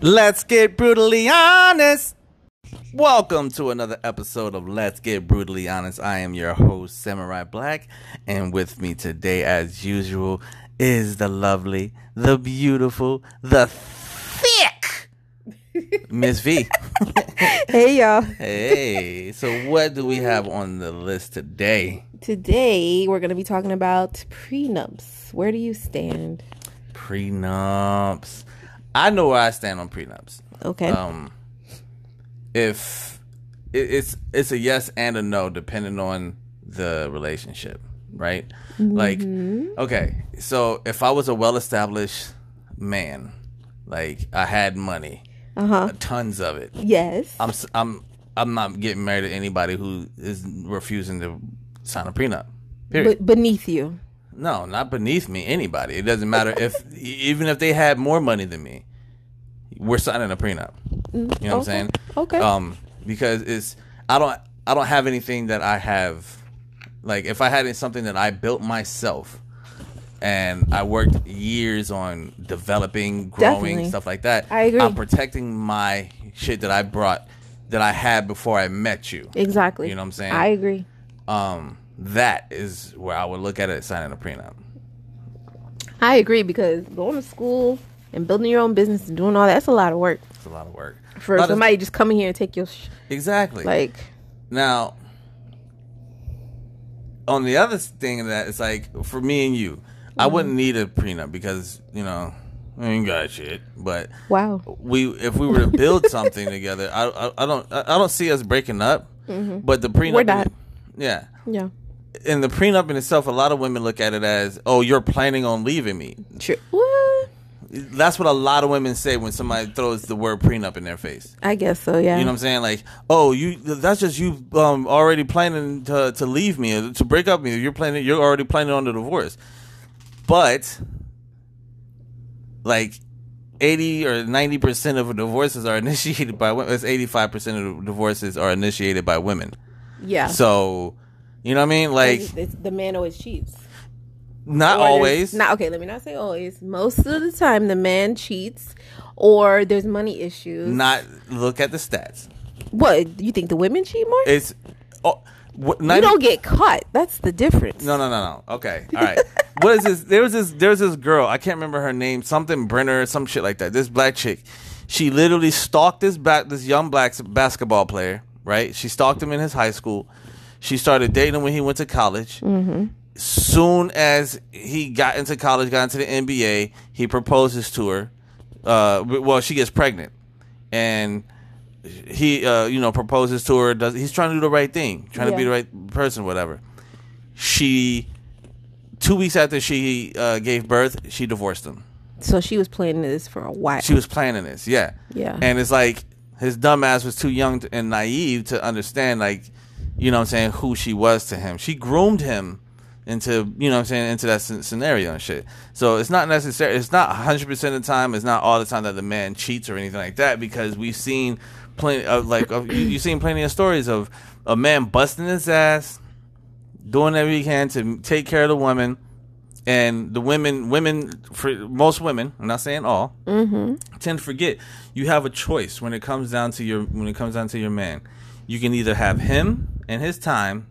Let's get brutally honest. Welcome to another episode of Let's Get Brutally Honest. I am your host, Samurai Black, and with me today, as usual, is the lovely, the beautiful, the thick Miss V. Hey y'all. Hey, so what do we have on the list today? Today we're going to be talking about prenups. Where do you stand? Prenups. I know where I stand on prenups. Okay. um if it, it's it's a yes and a no depending on the relationship right like okay so if i was a well-established man like i had money Uh-huh. tons of it Yes. i'm s- i'm i'm not getting married to anybody who is refusing to sign a prenup period But beneath you. no not beneath me anybody it doesn't matter if even if they had more money than me we're signing a prenup you know what i'm okay. saying Okay. um because it's i don't i don't have anything that i have like if i had something that i built myself and i worked years on developing growing Definitely. stuff like that I agree. i'm protecting my shit that i brought that i had before i met you exactly. you know what i'm saying I agree. um that is where i would look at it signing a prenup I agree because going to school and building your own business and doing all that's a lot of work it's a lot of work for Lot of- somebody just coming here and take your sh- exactly like Now, on the other thing of that it's like for me and you, I Mm-hmm. wouldn't need a prenup because you know we ain't got shit. But wow. we, if we were to build something together, I, I, I don't, I I don't see us breaking up. But the prenup, Mm-hmm. We're not. yeah. Yeah. And the prenup in itself, a lot of women look at it as, oh, you're planning on leaving me. True. What? That's what a lot of women say when somebody throws the word prenup in their face. I guess so, yeah. You know what I'm saying? Like, oh, you that's just you um already planning to to leave me, to break up with me. You're planning you're already planning on the divorce. But like 80 or 90% of divorces are initiated by women. It's 85% of divorces are initiated by women. yeah. So, you know what I mean? Like It's- it's- the man always cheats. not Or there's- always. Not okay. Let me not say always. Most of the time, the man cheats, or there's money issues. not look at the stats. What you think the women cheat more? It's oh, what, you 90 don't get caught. That's the difference. No, no, no, no. Okay, all right. what is this? There was this. There was this girl. I can't remember her name. Something Brenner or some shit like that. This black chick. She literally stalked this back this young black s- basketball player. Right. She stalked him in his high school. She started dating him when he went to college. Mm-hmm. Soon as he got into college, got into the NBA, he proposes to her. Uh, w- well, she gets pregnant, and he, uh, you know, proposes to her. Does he's trying to do the right thing, trying to be Yeah. the right person, whatever she two weeks after she uh, gave birth, she divorced him. So she was planning this for a while. She was planning this, yeah, Yeah. And it's like his dumbass was too young to- and naive to understand, like, you know, what I'm saying who she was to him. She groomed him into, you know, what I'm saying into that sc- scenario and shit. So it's not necessary. It's not 100 percent of the time. It's not all the time that the man cheats or anything like that because we've seen plenty of like of, you, you've seen plenty of stories of a man busting his ass, doing everything he can to take care of the woman. And the women, women, for most women, I'm not saying all, Mm-hmm. tend to forget you have a choice when it comes down to your when it comes down to your man you can either have him and his time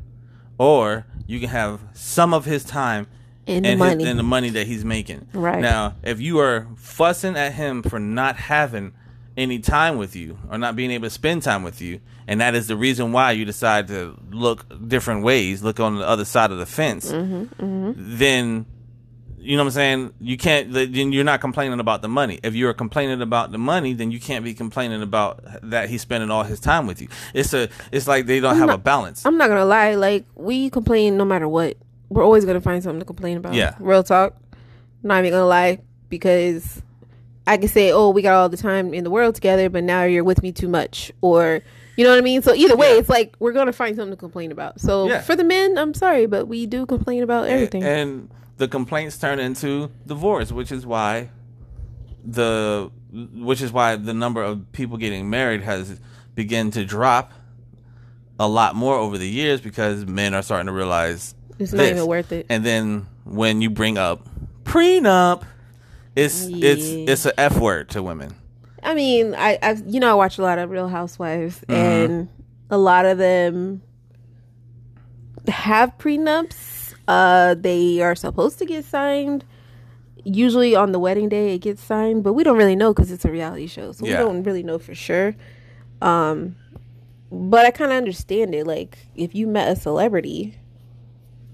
or you can have some of his time And the his- money. and the money that he's making Right. now if you are fussing at him for not having any time with you or not being able to spend time with you and that is the reason why you decide to look different ways look on the other side of the fence Mm-hmm. then you know what I'm saying? You can't. Then you're not complaining about the money. If you're complaining about the money, then you can't be complaining about that he's spending all his time with you. It's a. It's like they don't have a balance. I'm not gonna lie. Like we complain no matter what. We're always gonna find something to complain about. Yeah. Real talk. Not even gonna lie because I can say, oh, we got all the time in the world together, but now you're with me too much, or you know what I mean. So either way, Yeah. it's like we're gonna find something to complain about. So Yeah. for the men, I'm sorry, but we do complain about everything. And the complaints turn into divorce, which is why the which is why the number of people getting married has begun to drop a lot more over the years because men are starting to realize it's not this. even worth it. And then when you bring up prenup, it's it's Yeah. it's a f word to women. I mean, I I you know I watch a lot of Real Housewives and a lot of them have prenups. Uh they are supposed to get signed. Usually on the wedding day it gets signed, but we don't really know cuz it's a reality show. So Yeah. we don't really know for sure. Um but I kind of understand it like if you met a celebrity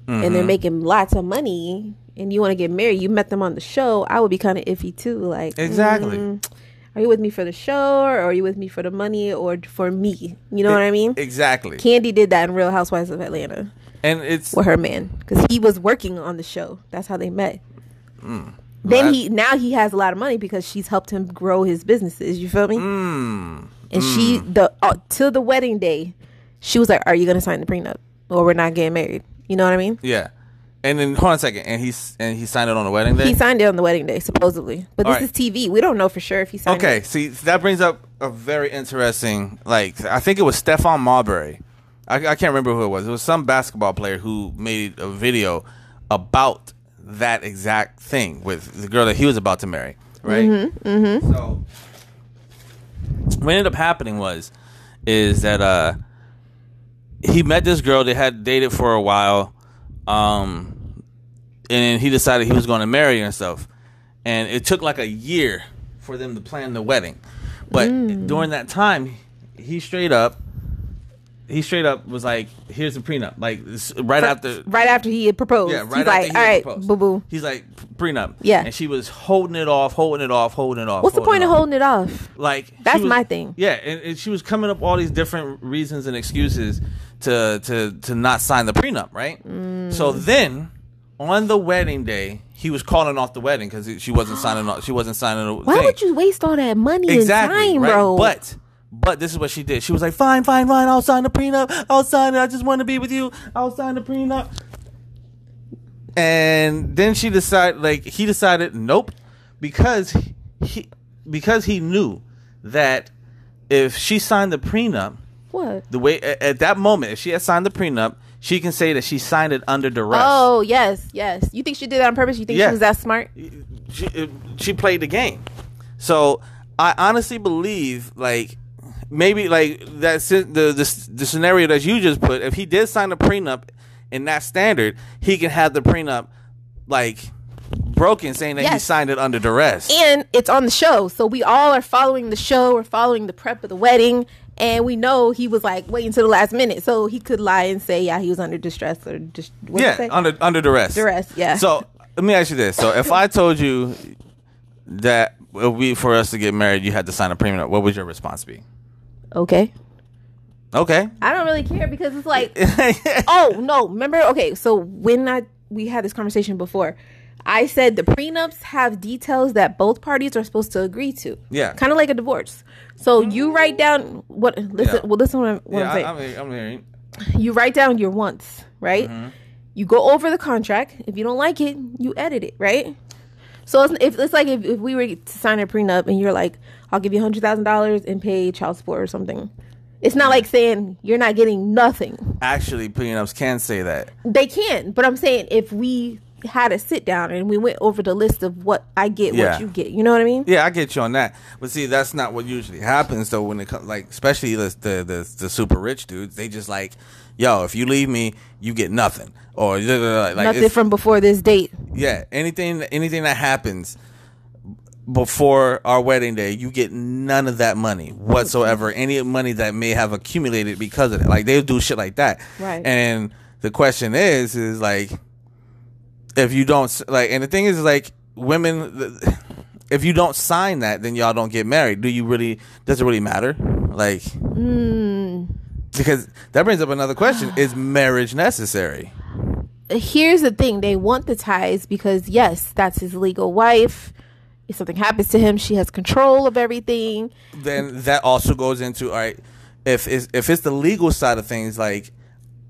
and they're making lots of money and you want to get married, you met them on the show, I would be kind of iffy too like Exactly. Mm-hmm. are you with me for the show or are you with me for the money or for me? You know what I mean? Exactly. Candy did that in Real Housewives of Atlanta And it's with her man because he was working on the show. That's how they met. Mm. Then Well, he now he has a lot of money because she's helped him grow his businesses. You feel me? mm, and she the uh, till the wedding day, she was like, "Are you gonna sign the prenup or we're not getting married?" You know what I mean? yeah. And then hold on a second. And he's and he signed it on the wedding day. He signed it on the wedding day supposedly, but All this right. is TV. We don't know for sure if he signed. Okay, it. see that brings up a very interesting. Like I think it was Stefan Marbury. I, I can't remember who it was. It was some basketball player who made a video about that exact thing with the girl that he was about to marry. Right. Mm-hmm, So what ended up happening was, is that uh, he met this girl. They had dated for a while. Um, and he decided he was going to marry her and stuff. And it took like a year for them to plan the wedding. But Hmm. during that time, he straight up, he straight up was like, "Here's the prenup." Like s- right after, right after he had proposed, yeah, right he's after like, he "All right, proposed. boo boo." He's like prenup. Yeah. and she was holding it off, holding it off, holding it off. What's the point it of off. holding it off? Like she That's was- my thing. Yeah, and, and she was coming up all these different reasons and excuses to to to not sign the prenup, right? Mm. So then, on the wedding day, he was calling off the wedding because she wasn't signing. off. She wasn't signing. the Why thing. would you waste all that money Exactly. and time, right? bro? But but this is what she did. She was like, "Fine, fine, fine. I'll sign the prenup. I'll sign it. I just want to be with you. I'll sign the prenup." And then she decided, like he decided, nope, because he because he knew that if she signed the prenup, what? the way at, at that moment, if she had signed the prenup, she can say that she signed it under duress. Oh yes, yes. You think she did that on purpose? You think Yeah. she was that smart? she, uh, she played the game. So I honestly believe like maybe like that sce- the the the scenario that you just put. If he did sign a prenup in that standard, he can have the prenup like broken, saying that he Yes. signed it under duress. And it's on the show, so we all are following the show. We're following the prep of the wedding, and we know he was like waiting till the last minute, so he could lie and say, "Yeah, he was under distress or just what yeah, under under duress. Duress, yeah. So let me ask you this: So if I told you that if we for us to get married, you had to sign a prenup, what would your response be? okay." Okay. I don't really care because it's like oh no remember okay so when i we had this conversation before i said the prenups have details that both parties are supposed to agree to Yeah. kind of like a divorce so you write down what listen Yeah. well listen what i'm, what yeah, I'm saying I, I'm, hearing- I'm Mm-hmm. hearing. you write down your wants right you go over the contract if you don't like it you edit it right so it's, if it's like if, if we were to sign a prenup and you're like i'll give you $100000 and pay child support or something it's not like saying you're not getting nothing actually prenups can say that. They can, but I'm saying if we had a sit down and we went over the list of what I get, Yeah. what you get, you know what I mean? Yeah, I get you on that. But see, that's not what usually happens though. When it comes, like especially the, the the the super rich dudes, they just like, yo, if you leave me, you get nothing. Or da- da- da, like Nothing it's- from before this date. yeah, anything anything that happens before our wedding day, you get none of that money whatsoever. Any money that may have accumulated because of it, like they'll do shit like that. Right. And the question is, is like, if you don't s- like, and the thing is, like, women, th- if you don't sign that, then y'all don't get married. Do you really? Does it really matter? Like, because that brings up another question: Is marriage necessary? Here's the thing they want the ties because, yes, that's his legal wife. If something happens to him, she has control of everything. then that also goes into all right if it's, if it's the legal side of things like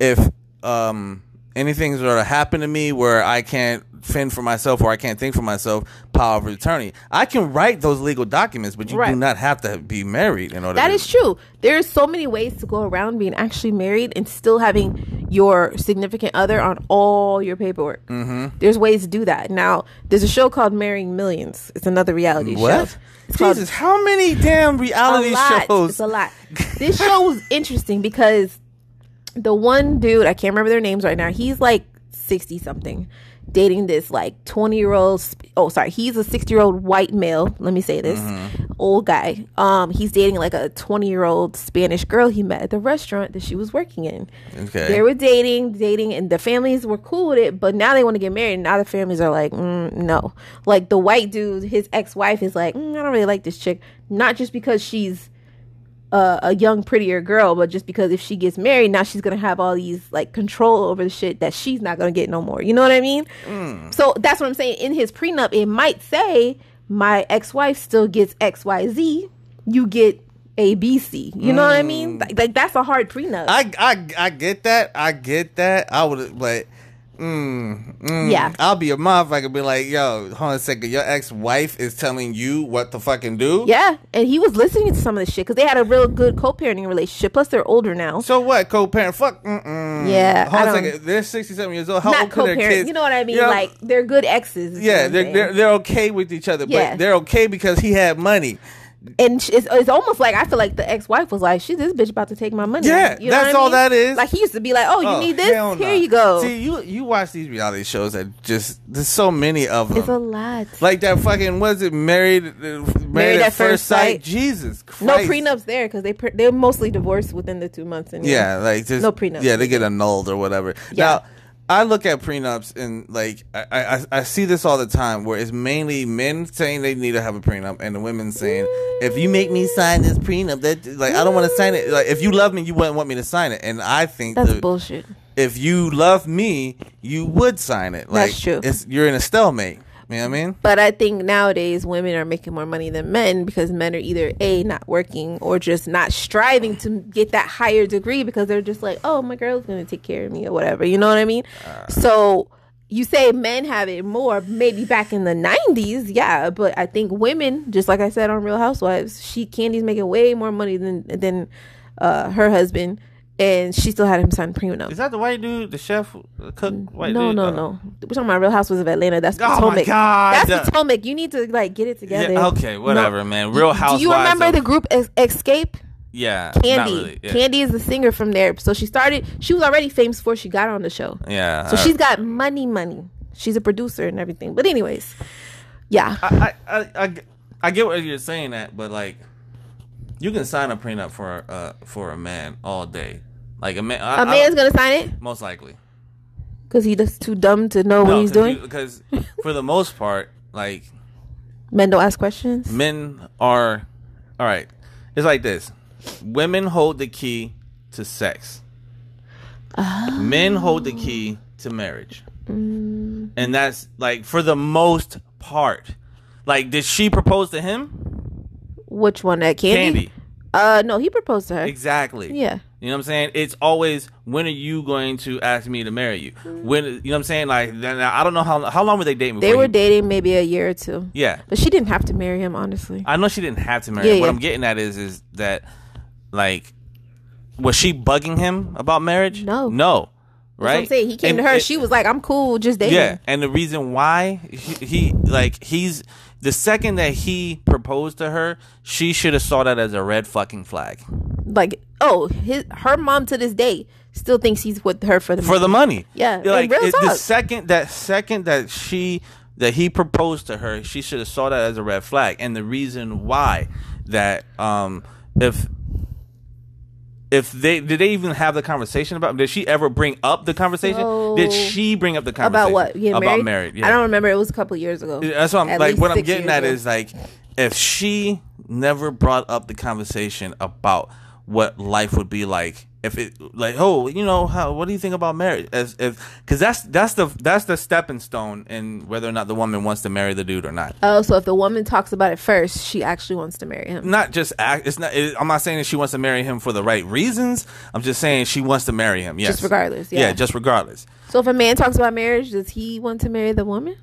if um anything's gonna happen to me where I can't fend for myself or I can't think for myself, power of attorney. I can write those legal documents, but you Right. do not have to be married in order. That to, is true. There's so many ways to go around being actually married and still having your significant other on all your paperwork. Mm-hmm. There's ways to do that. Now, there's a show called Marrying Millions. It's another reality what? show. It's called- Jesus, how many damn reality a lot. shows? It's a lot. This show was interesting because the one dude I can't remember their names right now. He's like sixty something, dating this like twenty year old. sp- Oh, sorry, he's a sixty year old white male. Let me say this old guy. Um, he's dating like a twenty year old Spanish girl he met at the restaurant that she was working in. Okay. They were dating, dating, and the families were cool with it, but now they want to get married, and now the families are like, mm, no. Like the white dude, his ex wife is like, mm, I don't really like this chick, not just because she's uh, a young, prettier girl, but just because if she gets married, now she's gonna have all these like control over the shit that she's not gonna get no more. You know what I mean? So that's what I'm saying. In his prenup, it might say my ex wife still gets X Y Z, you get. A B C, you know what I mean? Like, like that's a hard prenup. I, I I get that. I get that. I would but mm, mm, Yeah. I'll be a motherfucker be like, yo, hold on a second, your ex wife is telling you what to fucking do. Yeah, and he was listening to some of this shit because they had a real good co-parenting relationship. Plus, they're older now. So what, co parent? Fuck mm-mm. Yeah, Hold I on a don't- second. They're sixty seven years old. How Not old could their co-parent, kids? you know what I mean? You know, like they're good exes. is what Yeah, I'm they're saying. they're, they're okay with each other, Yeah. but they're okay because he had money. and sh- it's, it's almost like I feel like the ex-wife was like, "She, this bitch about to take my money." Yeah, know that's what I all mean? that is. Like he used to be like, "Oh, you Oh, need this? hell Here nah. you go." See, you you watch these reality shows that just there's so many of them. it's a lot. like that fucking was it married uh, married, Married at, at first First sight? Sight. Jesus Christ! no prenups there because they pre- they're mostly divorced within the two months. And Yeah, like just No prenup. Yeah, they get annulled or whatever. Yeah. Now, I look at prenups and like I, I I- I see this all the time where it's mainly men saying they need to have a prenup and the women saying if you make me sign this prenup that like I don't want to sign it like if you love me you wouldn't want me to sign it and I think that's that bullshit. if you love me you would sign it like That's true. it's you're in a stalemate. You know what I mean? But I think nowadays women are making more money than men because men are either A, not working or just not striving to get that higher degree because they're just like, oh, my girl's going to take care of me or whatever. You know what I mean? Uh. so you say men have it more, maybe back in the 90s, yeah. But I think women, just like I said on Real Housewives, she, Candy's making way more money than, than uh, her husband. And she still had him sign prenup. Is that the white dude, the chef, the cook? White Mm. No, dude? no, Oh. no. We're talking about Real Housewives of Atlanta. That's Oh, my Potomac. God. That's Potomac. You need to like get it together. Yeah, okay, whatever, man. Real Housewives. Do you remember of- the group Es- Escape? yeah? Candy. Not really. Yeah. Candy is the singer from there. So she started. She was already famous before she got on the show. Yeah. uh, So she's got money, money. She's a producer and everything. But anyways, yeah, I, I, I- I, I get what you're saying that, but like, you can sign a prenup for uh for a man all day, like a man. I, a man's gonna sign it most likely. because he just too dumb to know what he's doing. because for the most part, like Men don't ask questions. men are, all right. It's like this: women hold the key to sex, men hold the key to marriage, Mm. and that's like for the most part. Like, did she propose to him? Which one? That Candy? Candy. Uh, no, he proposed to her. Exactly. Yeah. You know what I'm saying? It's always when are you going to ask me to marry you? When you know what I'm saying? Like then I don't know how how long were they dating? Mm. They before were he- dating maybe a year or two. Yeah, But she didn't have to marry him, honestly. I know she didn't have to marry. Yeah, him. What yeah. I'm getting at is is that like was she bugging him about marriage? No. no, right? That's what I'm saying he came And to her. it- she was like, "I'm cool, just dating." yeah, and the reason why he, he like he's the second that he proposed to her, she should have saw that as a red fucking flag Like, oh, his her mom to this day still thinks he's with her for the for the money. Yeah, and like real it- the talk. second that second that she that he proposed to her, she should have saw that as a red flag. And the reason why that um if if they did they even have the conversation about did she ever bring up the conversation? did So- she bring up the conversation about what getting about married. married? Yeah. I don't remember. It was a couple years ago. That's what I'm At like. least What I'm six getting years at ago. is like, if she never brought up the conversation about what life would be like if it like oh you know how what do you think about marriage as if because that's that's the that's the stepping stone in whether or not the woman wants to marry the dude or not Oh, so if the woman talks about it first, she actually wants to marry him. not just act it's not it, i'm not saying that she wants to marry him for the right reasons i'm just saying she wants to marry him yes Just regardless, yeah. just regardless So if a man talks about marriage, does he want to marry the woman?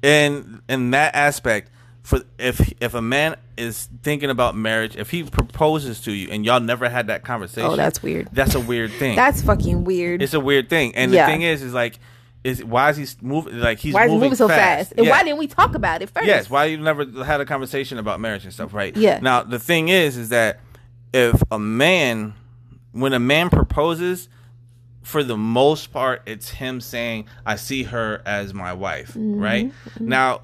in in that aspect for if if a man is thinking about marriage if he proposes to you and y'all never had that conversation Oh, that's weird. that's a weird thing That's fucking weird. it's a weird thing and Yeah. the thing is is like is why is he s- moving like he's why is it moving, moving so fast? And Yeah. why didn't we talk about it first? Yes, why you never had a conversation about marriage and stuff, right? Yeah. Now the thing is, is that if a man, when a man proposes, for the most part, it's him saying, "I see her as my wife." Mm-hmm. Right now,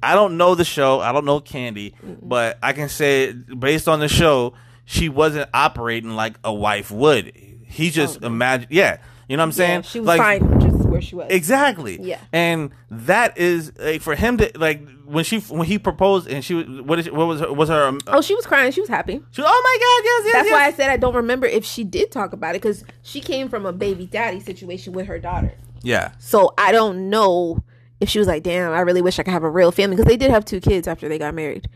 I don't know the show, I don't know Candy, but I can say based on the show, she wasn't operating like a wife would. He just imagined, yeah. You know what I'm Oh. Yeah, saying? she was Like, fine just where she was. Exactly. Yeah. And that is like for him to like when she when he proposed and she was- what is she, what was her, was her um, oh, she was crying. She was happy. she was, oh my god yes yes That's yes. why I said I don't remember if she did talk about it because she came from a baby daddy situation with her daughter. yeah So I don't know if she was like, damn, I really wish I could have a real family because they did have two kids after they got married.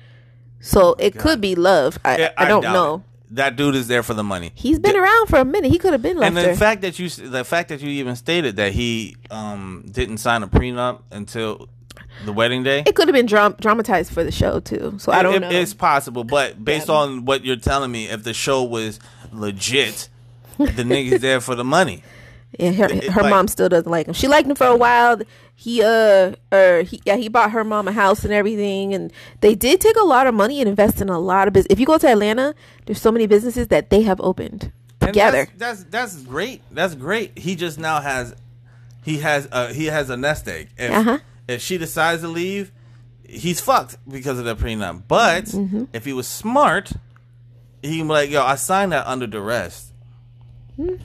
So it could be love. I, Yeah, I don't doubt know. it. that dude is there for the money He's been around for a minute. He could have been left and there. the fact that you s- the fact that you even stated that he um didn't sign a prenup until the wedding day it could have been dram- dramatized for the show too. So I don't It- know. It's possible, but based on what you're telling me, if the show was legit, the niggas there for the money. Yeah, her, it- her like- mom still doesn't like him. She liked him for a while. He uh or he yeah, he bought her mom a house and everything and they did take a lot of money and invest in a lot of business. If you go to Atlanta, there's so many businesses that they have opened And that's- together. That's, that's great. That's great. He just now has he has a he has a nest egg. If Uh-huh. if she decides to leave, he's fucked because of the prenup. But Mm-hmm. if he was smart, he can be like, "Yo, I signed that under duress."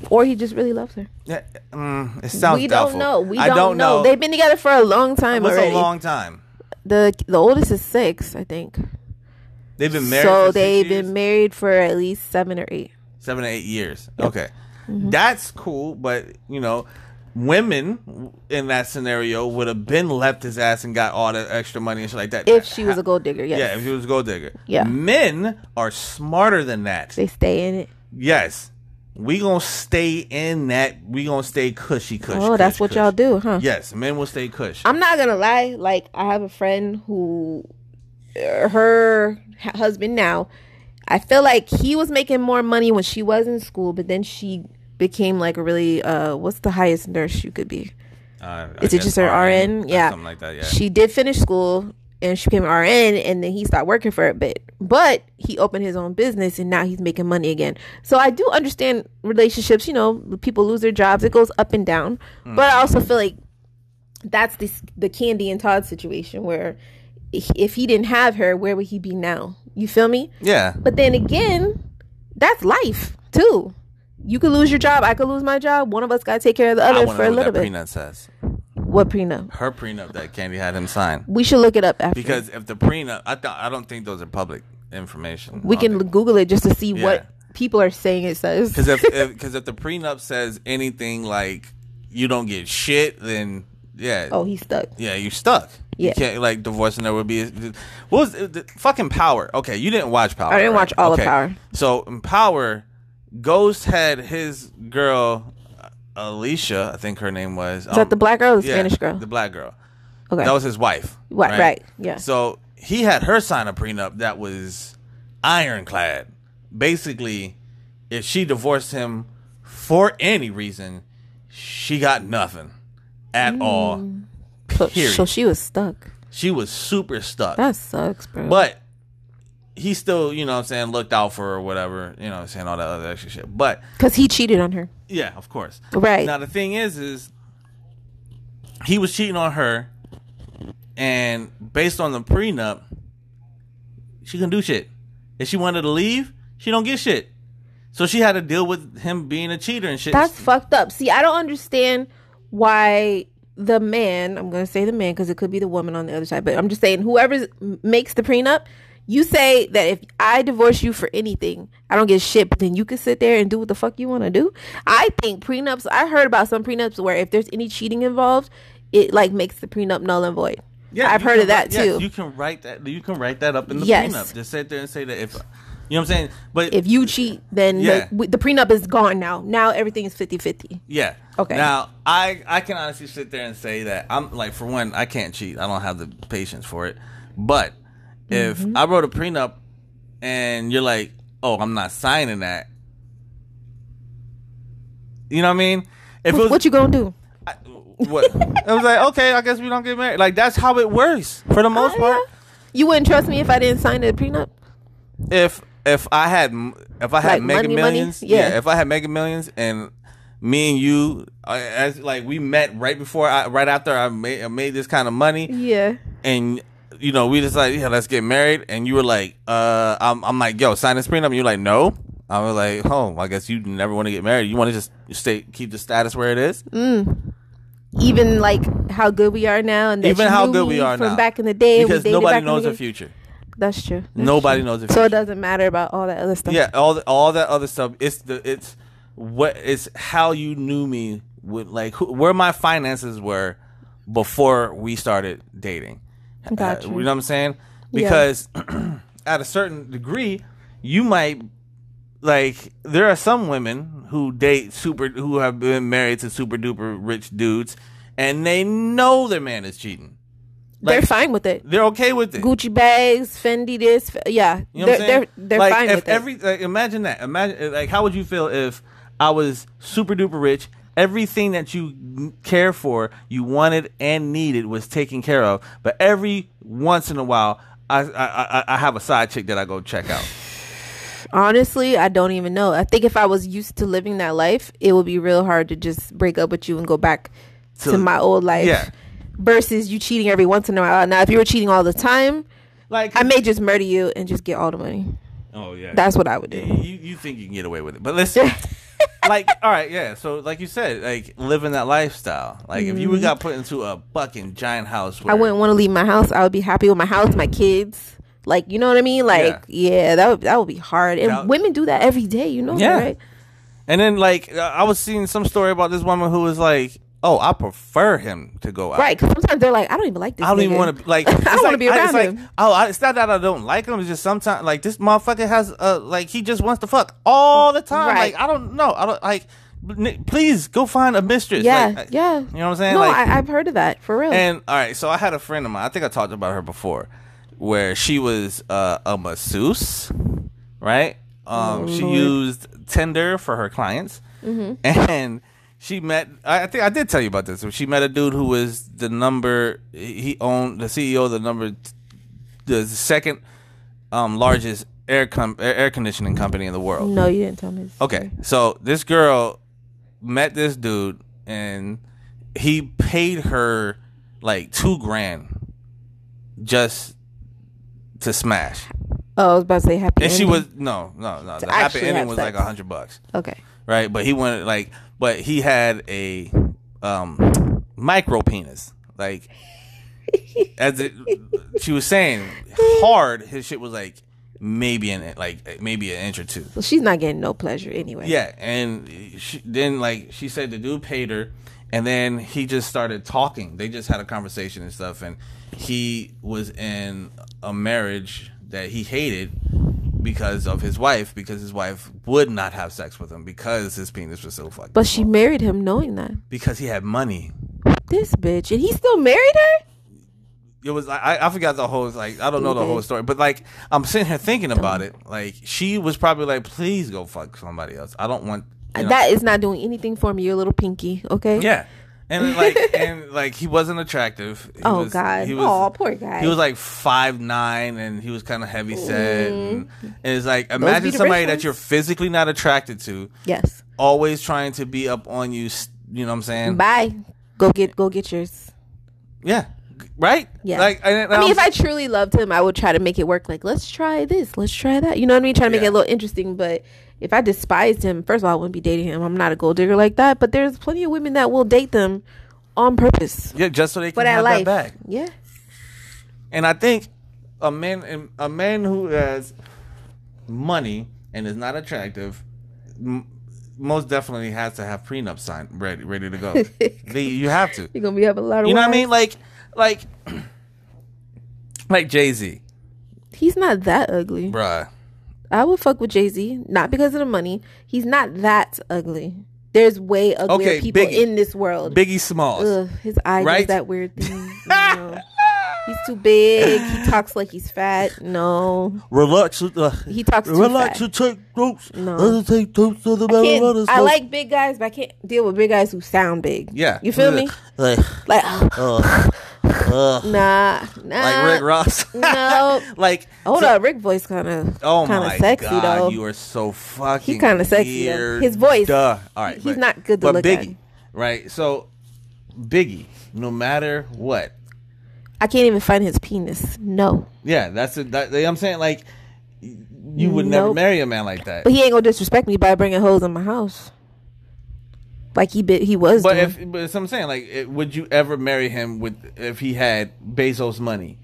Or he just really loves her. Yeah, mm, it sounds. we don't doubtful. know. We I don't, know. They've been together for a long it time was already. a long time. the the oldest is 6, I think. They've been married. so for six they've years? been married for at least 7 or 8. seven to eight years. Okay, Mm-hmm. that's cool, but you know, women w- in that scenario would have been left his ass and got all the extra money and shit like that. If she was a gold digger, yes. yeah, if she was a gold digger. Yeah. men are smarter than that. They stay in it. Yes, we gonna stay in that. We gonna stay cushy, cushy. Oh, that's what y'all do, Uh, huh? Yes, men will stay cush. I'm not gonna lie. Like I have a friend who, er, her h- husband now, I feel like he was making more money when she was in school, but then she became like a really uh, what's the highest nurse you could be? Uh, I Is it guess just her RN? or Yeah, something like that. Yeah, She did finish school and she became an RN, and then he stopped working for a bit. But he opened his own business, and now he's making money again. So I do understand relationships. You know, people lose their jobs; it goes up and down. Mm. But I also feel like that's the the Candy and Todd situation where if- if he didn't have her, where would he be now? You feel me? yeah. But then again, that's life too. You could lose your job. I could lose my job. One of us got to take care of the I other want for to a know what that little bit. prenup says. What prenup? Her prenup that Candy had him sign. We should look it up after. Because if the prenup, I th- I don't think those are public information. we can Google it just to see what people are saying it says. because if because if, the prenup says anything like you don't get shit, then yeah, oh, he's stuck. yeah, you're stuck. Yeah. You can't like divorcing her would be what was it, the, fucking Power. Okay, you didn't watch Power. I didn't watch all of Power. So in Power, Ghost had his girl Alicia, I think her name was. um, Is that the black girl or the Spanish girl? The black girl. okay. That was his wife. Right, right, yeah. So he had her sign a prenup that was ironclad. Basically, if she divorced him for any reason, she got nothing at Mm. all. so, period. so she was stuck. She was super stuck. That sucks, bro. But he still, you know what I'm saying, looked out for her or whatever, you know what I'm saying, all that other extra shit. But Because he cheated on her. yeah, of course. Right. Now the thing is, is he was cheating on her, and based on the prenup, she can do shit. If she wanted to leave, she don't get shit. So she had to deal with him being a cheater and shit. That's fucked up. See, I don't understand why the man, I'm going to say the man because it could be the woman on the other side, but I'm just saying whoever makes the prenup, You say that if I divorce you for anything, I don't get shit, but then you can sit there and do what the fuck you want to do. I think prenups, I heard about some prenups where if there's any cheating involved, it like makes the prenup null and void. Yeah, I've you heard can of that write- yes, too. you can write that. You can write that up in the Yes. prenup. Just sit there and say that if you know what I'm saying. But If you cheat, then Yeah. the, w- the prenup is gone now. Now everything is 50 50. yeah, Okay. Now I I can honestly sit there and say that I'm like for one I can't cheat. I don't have the patience for it. But if Mm-hmm. I wrote a prenup and you're like, oh, I'm not signing that. You know what I mean? If it was, What you gonna do? I, what I was like, okay, I guess we don't get married. Like that's how it works for the most Oh, part. yeah. You wouldn't trust me if I didn't sign the prenup? if if I had m- if I had Like mega money, money? millions, Yeah. yeah. If I had mega millions and me and you, uh, as like we met right before, I, right after I made, I made this kind of money, Yeah. and you know we decided, yeah, let's get married, and you were like, uh, I'm, I'm like, yo, sign this prenup, and you're like, no. I was like, oh, I guess you never want to get married. You want to just stay, keep the status where it is. Even like how good we are now, and that Even you how knew good me we are from now. back in the day, we because dated back nobody in knows the the day. future. That's true. That's Nobody true. knows the So future. it doesn't matter about all that other stuff. Yeah, all the, all that other stuff. It's the it's what it's how you knew me with like who, where my finances were before we started dating. Uh, Got you. you know what I'm saying? Yeah. Because at a certain degree, you might like there are some women who date super who have been married to super duper rich dudes, and they know their man is cheating. they're Like, fine with it. They're okay with it. Gucci bags, Fendi, this, f- yeah. You know they're, what I'm saying? they're they're like, fine if with every, Like, imagine that. Imagine like how would you feel if I was super duper rich? Everything that you n- care for, you wanted and needed was taken care of. But every once in a while, I I, I, I have a side chick that I go check out. it. Honestly, I don't even know. I think if I was used to living that life, it would be real hard to just break up with you and go back to, To- my old life. yeah. Versus you cheating every once in a while. Now, if you were cheating all the time, Like I may just murder you and just get all the money. oh yeah, That's what I would do. you you think you can get away with it, but listen. like all right yeah so like you said like living that lifestyle like if you got put into a fucking giant house where Mm-hmm. I wouldn't want to leave my house. I would be happy with my house, my kids. Like you know what I mean? Like yeah, that would that would be hard. And That- women do that every day. You know that, Yeah. right? And then like uh, I was seeing some story about this woman who was like, "Oh, I prefer him to go out. Right? 'cause sometimes they're like, I don't even like this. I don't even want to. to like. I it's don't wanna like- be it's around like, him. Oh, I, it's not that I don't like him. It's just sometimes like this motherfucker has uh like he just wants to fuck all the time. Right. Like I don't know. I don't like. n- Please go find a mistress. Yeah, Like, I- yeah. You know what I'm saying? No, like, I, I've heard of that for real. and all right, so I had a friend of mine. I think I talked about her before, where she was uh, a masseuse, right? Um, she used Tinder for her clients, and she met. I I think I did tell you about this. She met a dude who was the number. He owned the CEO of the number, the second um, largest air com- air air conditioning company in the world. no, you didn't tell me. This. Okay, so this girl met this dude, and he paid her like two grand just to smash. Oh, I was about to say happy. And she ending. was no, no, no. The happy actually ending have was sex. like a hundred bucks, okay. right? But he wanted like, but he had a um micro penis, like as it, she was saying, hard. His shit was like maybe an like maybe an inch or two. So she's not getting no pleasure anyway. Yeah, and she, then like she said, the dude paid her, and then he just started talking. They just had a conversation and stuff, and he was in a marriage that he hated because of his wife, because his wife would not have sex with him because his penis was so fucked. But she married him knowing that because he had money. this bitch, and he still married her. It was I, I forgot the whole like I don't know the whole story, but like I'm sitting here thinking about it. Like she was probably like, please go fuck somebody else. I don't want you know, That is not doing anything for me. Your little pinky. Okay. Yeah. And like and like he wasn't attractive. He Oh was, God. He oh, was poor guy. he was like five nine and he was kinda heavy set and, and it's like Mm-hmm. be imagine the somebody rich ones. that you're physically not attracted to, yes. always trying to be up on you s- you know what I'm saying? Bye. Go get go get yours. yeah. Right? Yeah. Like and, and I mean, I'm- if I truly loved him, I would try to make it work. Like, let's try this, let's try that. You know what I mean? Try to make it Yeah. a little interesting. But if I despised him, first of all, I wouldn't be dating him. I'm not a gold digger like that. But there's plenty of women that will date them on purpose yeah, just so they can for that have life. that back. Yeah, And I think a man a man who has money and is not attractive m- most definitely has to have prenup signed ready ready to go. they, you have to. You're gonna be have a lot of. You know what I wives. mean? Like like like Jay Z, He's not that ugly. bruh. I would fuck with Jay Z, not because of the money. He's not that ugly. There's way uglier Okay, people Biggie. in this world. Biggie Smalls. Ugh, his eye Right? does that weird thing. No. he's too big. He talks like he's fat. No, Relax. uh, he talks too relax fat. to take dose. No. Other take dose of the I, can't- marijuana I smoke. like big guys, but I can't deal with big guys who sound big. Yeah. you feel me? Like, Like, uh, uh, nah, nah. like Rick Ross. no. like Hold so- up, Rick voice kind of Oh kind my of sexy god, though. you are so fucking. He kinda sexy, though. weird. His voice. Duh. All right, He's but- not good to but look at. Biggie, right? So Biggie, no matter what, I can't even find his penis. No, yeah, that's it. That, I'm saying like you would never Nope. marry a man like that. but he ain't gonna disrespect me by bringing hoes in my house. Like he bit, he was. But doing. if but that's what I'm saying, like, it, would you ever marry him with if he had Bezos money?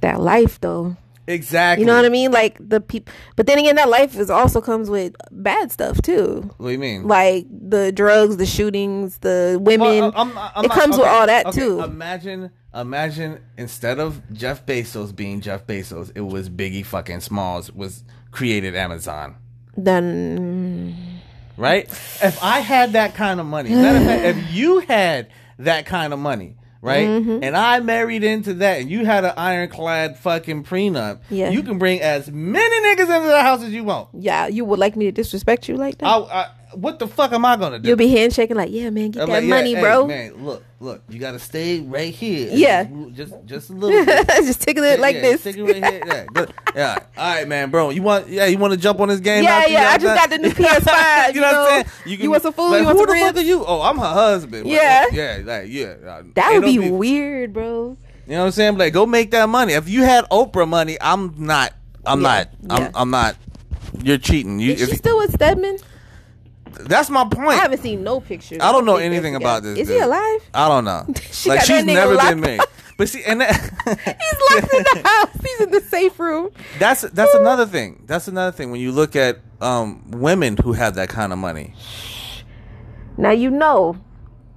that life though, Exactly. you know what I mean? Like the people, but then again, that life is also comes with bad stuff too, What do you mean? like the drugs, the shootings, the women. Well, I'm- I'm it not- comes with okay, all that okay, too. Imagine, imagine instead of Jeff Bezos being Jeff Bezos, it was Biggie fucking Smalls was created Amazon, Mm. then right? If I had that kind of money, matter of fact, if you had that kind of money. Right, Mm-hmm. and I married into that, and you had an ironclad fucking prenup. Yeah. you can bring as many niggas into the house as you want. yeah, you would like me to disrespect you like that? I, I, what the fuck am I gonna do? You'll be handshaking like, yeah, man, get I'm that like, yeah, money, hey, bro. man, look, look, you gotta stay right here. Yeah. just, just a little. bit. just tickle it like yeah, this. stick it right here. Yeah, good. yeah. All right, man, bro. You want? Yeah, you want to jump on this game? Yeah, after yeah, I y'all just done? got the new PS5, you know what I'm you know? saying? You want some food? Like, You want who some the fuck ribs? are you? Oh, I'm her husband. Like, Yeah. oh, yeah, like, yeah. nah, That ain't no would be beef. weird, bro. You know what I'm saying? Like, go make that money. If you had Oprah money, I'm not. I'm Yeah, not. I'm, yeah. I'm not. You're cheating. You. Is If, she still with Stedman? that's my I point. haven't seen no pictures. I don't know think anything they're about together. this. Is he dude. alive? I don't know. She like got that she's nigga never locked been married. up. But see, and that, He's locked in the house. He's in the safe room. that's that's another thing. That's another thing when you look at um, women who have that kind of money. Now you know.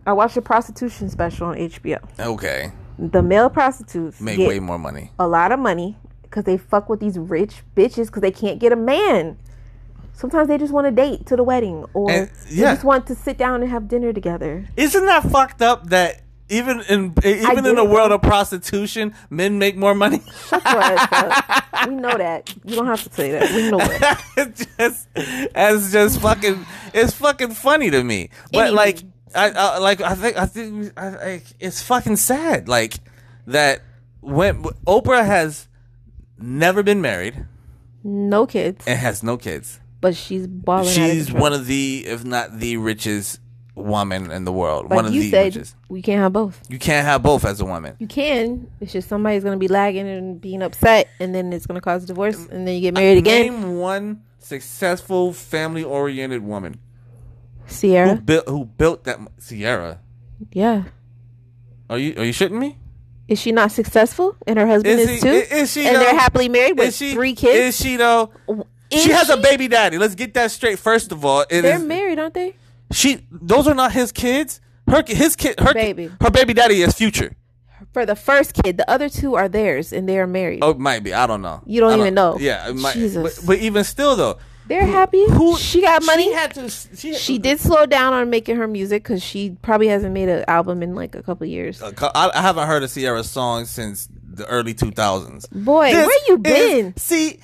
I watched a prostitution special on HBO. Okay, The male prostitutes make get way more money. a lot of money because they fuck with these rich bitches because they can't get a man. Sometimes they just want to date to the wedding, or And- they yeah. just want to sit down and have dinner together. Isn't that fucked up that even in e, even in do. the world of prostitution, men make more money? Shut your ass up. We know that. You don't have to say that. We know it. it's just that's just fucking it's fucking funny to me. But Anyway. like I, I like I think I think I, I, it's fucking sad like that when Oprah has never been married No kids, and has no kids. but she's balling. She's one of the if not the richest woman in the world. But one of you the said richest. we can't have both. You can't have both as a woman. You can. It's just somebody's gonna be lagging and being upset, and then it's gonna cause divorce, and then you get married again. Name one successful family oriented woman who Sierra. built who built that Sierra. Yeah. Are you are you shitting me? Is she not successful? And her husband Is is, he- too. i- is she and though? they're happily married with Is she three kids. Is she though? Is she has a baby daddy. Let's get that straight. First of all, it They're is- married, aren't they? she. Those are not his kids. Her ki- his kid. Her ki- Baby. Her baby daddy is future. For the first kid, the other two are theirs, and they are married. Oh, it might be. I don't know. You don't I even know. Yeah, it might, Jesus. But, but even still though, They're happy. who she got money. She She, had to. She, did slow down on making her music because she probably hasn't made an album in like a couple years. I I haven't heard a Sierra song since the early two thousands. Boy, where you been? Sierra.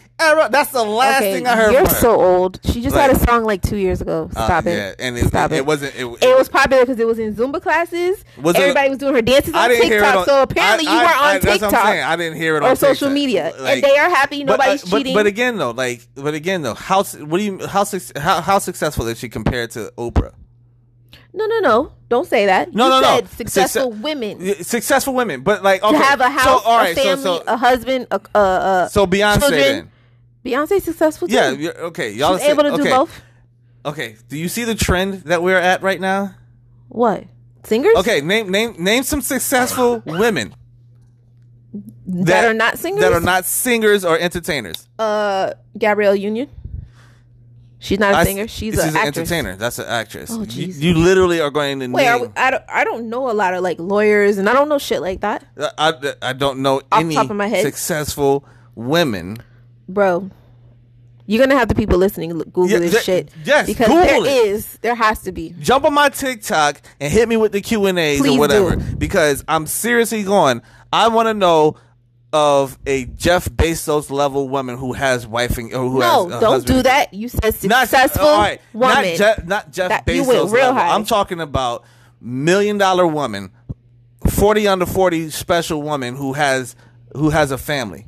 That's the last thing I heard. you're from her. so old. She just had Like- a song like two years ago. Uh, Stop it. Yeah, and it, Stop it, it. wasn't. It, It was popular because it was in Zumba classes. Was it- Everybody was doing her dances I on didn't hear it TikTok. on. so apparently I- you I- were on I- TikTok That's what I'm saying. I didn't hear it or on social TikTok. media, Like- and they are But, happy. uh, Nobody's but, cheating. But again, though, like, but again, though, how su- what do you how suc- how, how successful is she compared to Oprah? no, no, no. Don't say that. No, you no, no. said Successful Succe- women Y- Successful women, but like, okay, to have a house, so, all a right, family, so so, a husband, a, a, a so Beyonce children. then, Beyonce successful too. yeah, you're- okay, y'all She's say- able to okay, do both. Okay, do you see the trend that we're at right now? What singers? Okay, name name name some successful women. that, are not singers. that are not singers or entertainers. Uh, Gabrielle Union. She's not a I s- singer. She's, this an is an actress. entertainer. That's an actress. Oh, you, Jesus. you literally are going to Wait, are name. we, I don't. I don't know a lot of like lawyers, and I don't know shit like that, I, I don't know the any top of my head. successful women. bro. You're gonna have the people listening look- Google Yeah, this that- shit. yes, because Google it. there is, there has to be. Jump on my TikTok and hit me with the Q and A's Please or do. whatever because I'm seriously going. I want to know of a Jeff Bezos level woman who has wifing or who No, has a don't husband. do that. You said Not- successful all right, woman. Not, Je- not Jeff That- you Bezos. went real level. high. I'm talking about million dollar woman, forty under forty special woman who has who has a family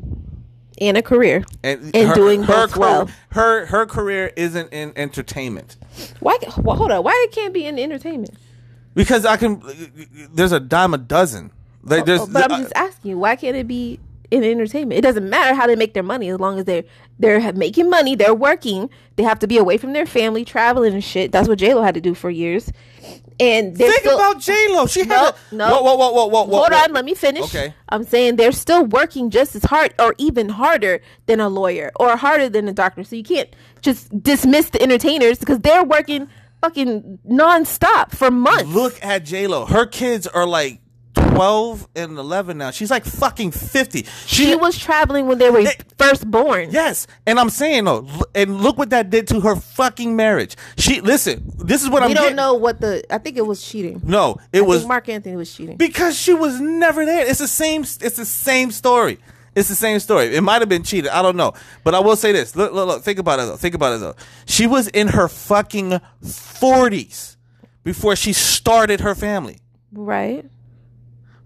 and a career. and, And doing both career, well. Her her career isn't in entertainment Why? ca- Well, hold on. Why it can't be in entertainment? because I can. There's a dime a dozen. Like there's. Oh, uh, but I'm just asking you. Why can't it be in entertainment? It doesn't matter how they make their money as long as they're they're ha- making money. They're working. They have to be away from their family, traveling and shit. That's what J Lo had to do for years. And they're Think still, about J Lo. She had No, a no. Whoa, whoa, whoa, whoa, whoa, whoa. hold whoa. on. Let me finish. Okay. I'm saying they're still working just as hard, or even harder than a lawyer, or harder than a doctor. So you can't just dismiss the entertainers because they're working fucking nonstop for months. Look at J Lo. Her kids are like twelve and eleven now. She's like fucking fifty. She, she was traveling when they were They- first born. Yes, and I'm saying though, l- and look what that did to her fucking marriage. She listen. This is what we I'm. don't getting- know what the. I think it was cheating. No, it I was think Mark Anthony was cheating. because she was never there. It's the same. It's the same story. It's the same story. It might have been cheated. I don't know, but I will say this. Look, look, look. Think about it though. Think about it though. She was in her fucking forties before she started her family. right.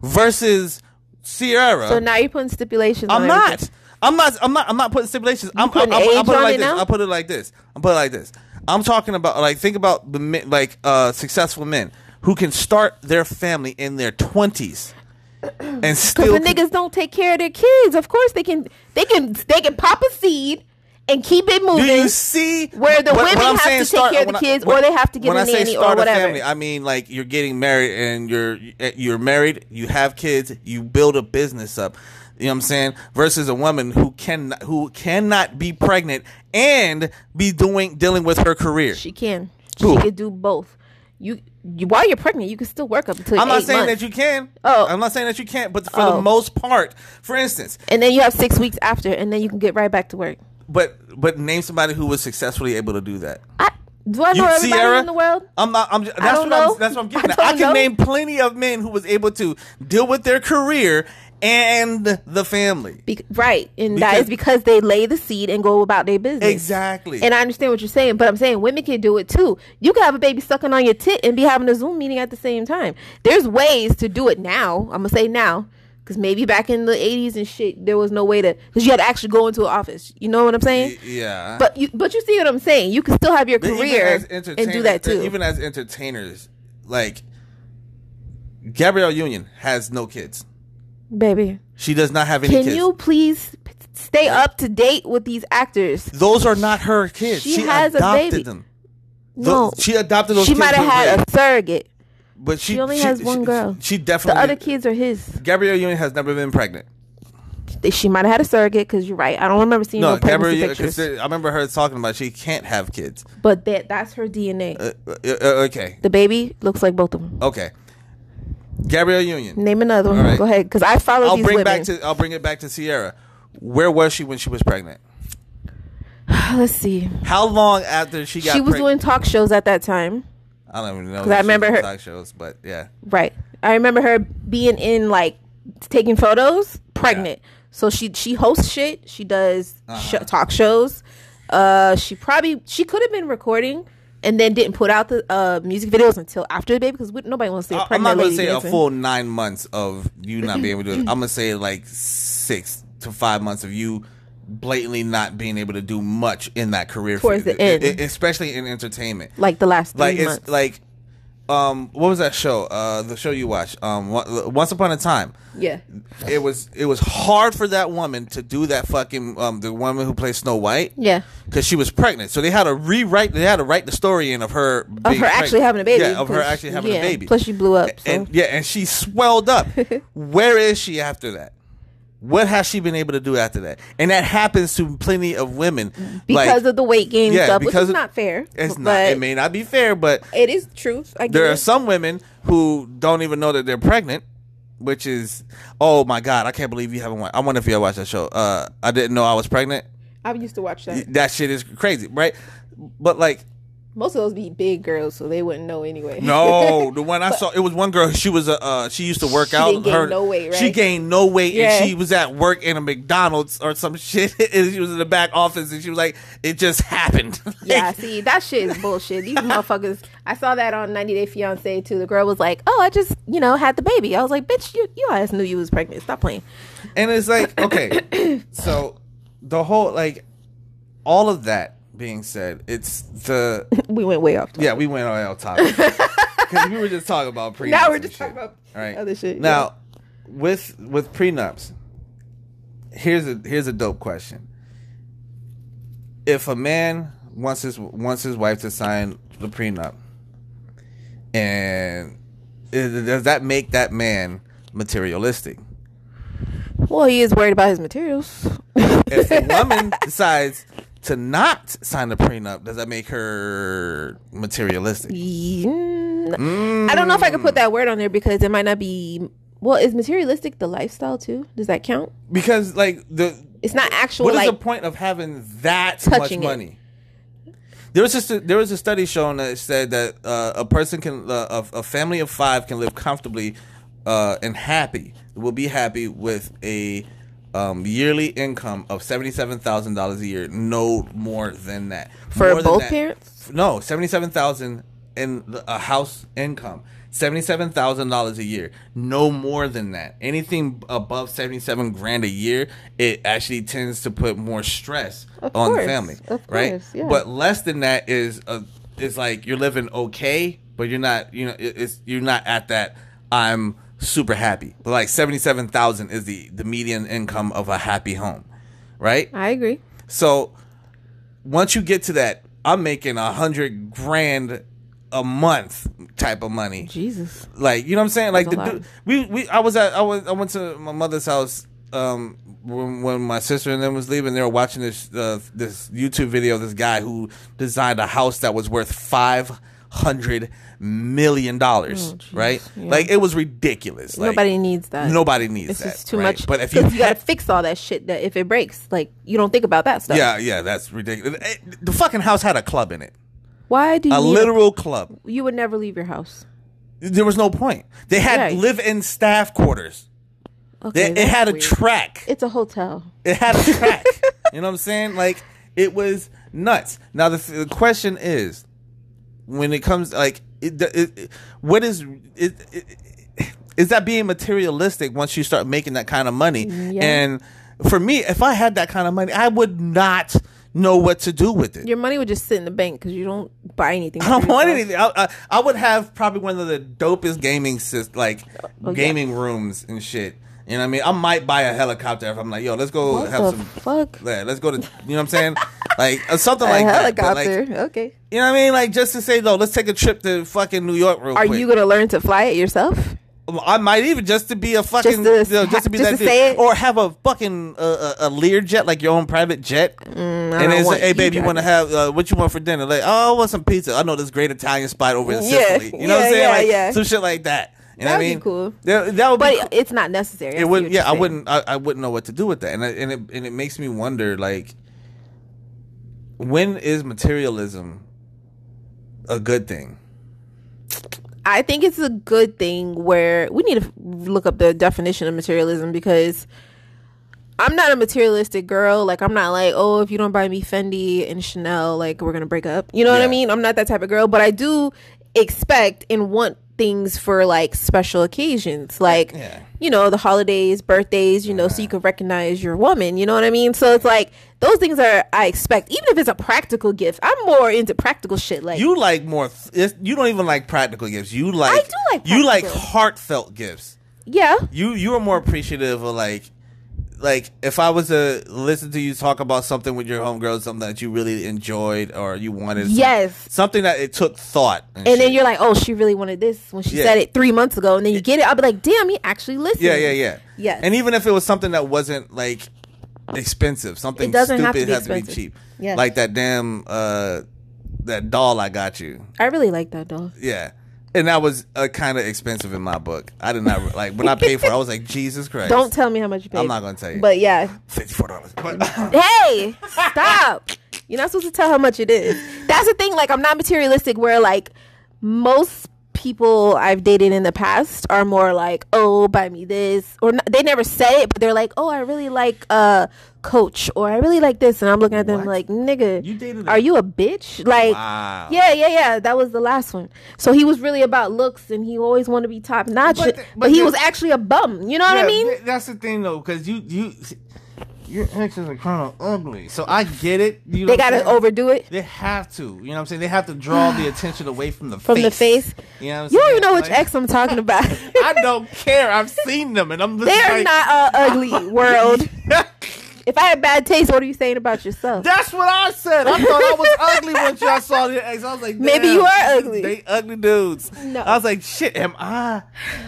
Versus Sierra. So now you're putting stipulations. I'm on not. everything. I'm not. I'm not. I'm not putting stipulations. I'm. putting I'm, I'm, age I'm putting it on like it this. now? I put it like this. I put it like this. I'm talking about like think about the men, like uh successful men who can start their family in their twenties and Cause still. the niggas don't take care of their kids. Of course they can. They can. They can pop a seed and keep it do moving. you see where the what- women what I'm have to saying, take care of the when I- kids, when- or they have to get when a I say nanny or start a whatever. family, I mean like you're getting married and you're you're married, you have kids, you build a business up. You know what I'm saying? Versus a woman who can who cannot be pregnant and be doing dealing with her career. she can. Who? She can do both. You, you while you're pregnant, you can still work up until I'm not eight saying months. that you can. Oh. I'm not saying that you can't, but for Oh. the most part, for instance, and then you have six weeks after, and then you can get right back to work. but but name somebody who was successfully able to do that. I do I know You- everybody in the world? I'm not. I'm. That's don't what know. I'm. That's what I'm I getting. at. don't I, can know. name plenty of men who was able to deal with their career and the family. Be- right, and that Because- is because they lay the seed and go about their business. Exactly. And I understand what you're saying, but I'm saying women can do it too. You can have a baby sucking on your tit and be having a Zoom meeting at the same time. There's ways to do it now. I'm gonna say now, because maybe back in the 80s and shit, there was no way to because you had to actually go into an office. You know what I'm saying? yeah. Eh. But you, but you see what I'm saying. You can still have your But even career as and do that entertainers- too. Even as entertainers, like Gabrielle Union has no kids. Baby, She does not have any can kids. you please p- stay up to date with these actors? Those are not her kids. She She, has a adopted baby. them. No, Tho- she adopted those. she kids might have with had Ray, a surrogate. but she, she only has one girl. She The definitely. other kids are his. Gabrielle Union has never been pregnant. They- She might have had a surrogate because you're right. I don't remember seeing no, No, pregnancy Gabrielle. pictures, 'cause I remember her talking about she can't have kids. but that that's her DNA. Uh, uh, uh, okay, the baby looks like both of them. okay. Gabrielle Union. Name another one. All right. Go ahead, because I follow I'll these bring women. back to. I'll bring it back to Sierra. Where was she when she was pregnant? Let's see. How long after she got? She was preg- doing talk shows at that time, I don't even know. I if she was remember on her- talk shows, but yeah, right? I remember her being in like taking photos, pregnant. So she she hosts shit. She does Uh-huh. sh- talk shows. Uh, she probably she could have been recording. And then didn't put out the uh, music videos until after the baby because nobody wants to see a I- I'm pregnant not gonna lady say a dancing. full nine months of you not being able to do it. I'm gonna say like six to five months of you blatantly not being able to do much in that career Towards field, the end. e- e- especially in entertainment. like the last three like it's months. like um what was that show uh the show you watched um Wa- once upon a time yeah, it was it was hard for that woman to do that fucking um the woman who played snow white yeah. because she was pregnant so they had to rewrite they had to write the story in of her being Of her actually pregnant. having a baby. yeah of her because- actually having yeah. a baby Plus, she blew up. So. and yeah and she swelled up where is she after that What has she been able to do after that? And that happens to plenty of women. because of the weight gain yeah, stuff, which because is of- not fair. it's not. but It may not be fair, but it is truth. I there are guess. some women who don't even know that they're pregnant, which is, oh my god, I can't believe you haven't. Watched. I wonder if you ever watched that show. Uh, I didn't know I was pregnant. I used to watch that. That shit is crazy, right? But like, Most of those be big girls, so they wouldn't know anyway. no, the one I saw, it was one girl. She was a, uh, she used to work She out. didn't gain her, no weight, She right? gained no weight, Yeah. and she was at work in a McDonald's or some shit. and she was in the back office, and she was like, it just happened. Like, Yeah, see, that shit is bullshit. These motherfuckers. I saw that on 90 Day Fiance too. The girl was like, "Oh, I just, you know, had the baby." I was like, "Bitch, you, you always knew you was pregnant. Stop playing." And it's like, okay, so the whole like all of that being said, it's the We went way off. yeah, we went on our topic because we were just talking about prenups. Now we're and just shit. talking about all right other shit, Now, with with prenups, here's a here's a dope question. If a man wants his wants his wife to sign the prenup, and is- does that make that man materialistic? Well, he is worried about his materials. if the woman decides to not sign the prenup, does that make her materialistic? Mm, I don't know if I could put that word on there because it might not be. Well, is materialistic the lifestyle too? Does that count? Because like the It's not actual. what is like, the point of having that much touching it. money? There was just a, there was a study showing that said that uh, a person can uh, a, a family of five can live comfortably uh, and happy will be happy with a um, yearly income of seventy seven thousand dollars a year, no more than that. For More than both that- parents? No, seventy-seven thousand in the- a house income. Seventy-seven thousand dollars a year, no more than that. Anything above seventy-seven grand a year, it actually tends to put more stress Of on course, the family, of right? course, yeah. But less than that is a is like you're living okay, but you're not. You know, it, it's you're not at that. I'm super happy. But like seventy-seven thousand is the the median income of a happy home, right? I agree. So once you get to that, I'm making a hundred grand a month type of money. Jesus. Like you know what I'm saying? Like the That's a dude, lot. we we I was at I was I went to my mother's house um when, when my sister and them was leaving. They were watching this uh, this YouTube video of this guy who designed a house that was worth five hundred million dollars. Oh, jeez. right? Yeah. Like it was ridiculous. Like, Nobody needs that. Nobody needs It's that. just too right? much. But if you, 'cause you had- gotta fix all that shit, that if it breaks, like you don't think about that stuff. yeah, yeah, that's ridiculous. Eh, The fucking house had a club in it. Why do you? a need- literal club. you would never leave your house. There was no point. They had Right. live-in staff quarters. They, Okay, it that's had a weird. track. it's a hotel. It had a track. you know what I'm saying? Like it was nuts. Now the, the question is, when it comes like, it, it, it- what is it, it, is that being materialistic once you start making that kind of money? Yeah. And for me, if I had that kind of money, I would not know what to do with it. Your money would just sit in the bank because you don't buy anything. I don't want anything. I, I, I would have probably one of the dopest gaming sys- like Oh, yeah. gaming rooms and shit. You know what I mean? I might buy a helicopter if I'm like, yo, let's go What have the some. fuck? yeah, let's go to. You know what I'm saying? like or something A like that. But, helicopter. like, okay. you know what I mean? Like just to say though, let's take a trip to fucking New York real Are quick. you gonna learn to fly it yourself? I might even just to be a fucking you know, just Just to, to- be just that to dude. say it? or have a fucking uh, a, a Lear jet like your own private jet. and Mm, don't it's like, want hey you babe, you driving. want to have uh, what you want for dinner? Like, oh, I want some pizza. I know this great Italian spot over in Yeah, Sicily. You know what I'm yeah, saying? yeah, like yeah. some shit like that. You know That'd what I be mean? cool. That, that would be cool But it's not necessary. I see it what would you're yeah i saying. wouldn't I, I wouldn't know what to do with that and I, and it and it makes me wonder like when is materialism a good thing I think it's a good thing where we need to look up the definition of materialism because I'm not a materialistic girl. Like I'm not like, oh, if you don't buy me Fendi and Chanel, like we're gonna break up. You know what Yeah. I mean? I'm not that type of girl, but I do expect and want things for like special occasions, like Yeah. Uh-huh. you know the holidays, birthdays. You know, so you can recognize your woman. You know what I mean? So it's like those things are I expect, even if it's a practical gift. I'm more into practical shit. Like you like more th- it's, you don't even like practical gifts you like I do like you like practical. heartfelt gifts yeah, you you are more appreciative of like like if I was to listen to you talk about something with your homegirls, something that you really enjoyed or you wanted, Yes. something that it took thought, And shit. then you're like, oh, she really wanted this when she Yeah. said it three months ago. And then you get it. I'll be like, damn, he actually listened. yeah, yeah, yeah, Yes. And even if it was something that wasn't like expensive, something It doesn't stupid have to be has to be expensive. cheap, Yeah. like that damn uh that doll I got you, I really like that dog. yeah. And that was uh, kind of expensive in my book. I did not like when I paid for it. I was like, Jesus Christ! Don't tell me how much you paid. I'm not gonna tell you. But yeah. fifty four dollars. Hey, stop. You're not supposed to tell how much it is. That's the thing. Like, I'm not materialistic where, like, most people I've dated in the past are more like, oh, buy me this. Or n they never say it, but they're like, oh, I really like uh, Coach or I really like this. And I'm looking at them What? like, nigga, You dated a- are you a bitch? Like, Wow. yeah, yeah, yeah. That was the last one. So he was really about looks and he always wanted to be top notch. But But, the- but he the- was actually a bum. You know what I Yeah, mean? th- that's the thing though, because you you your exes are kind of ugly. So I get it. You know what They I'm got to saying? overdo it. They have to. You know what I'm saying? They have to draw the attention away from the From face. the face. You know what I'm You don't saying? even know which Like, ex I'm talking about. I don't care. I've seen them, and I'm. Just they are like, not uh, ugly world. If I had bad taste, what are you saying about yourself? That's what I said. I thought I was ugly once y'all saw the ex. I was like, Maybe damn, you are these- ugly. They ugly dudes. No. I was like, shit. Am I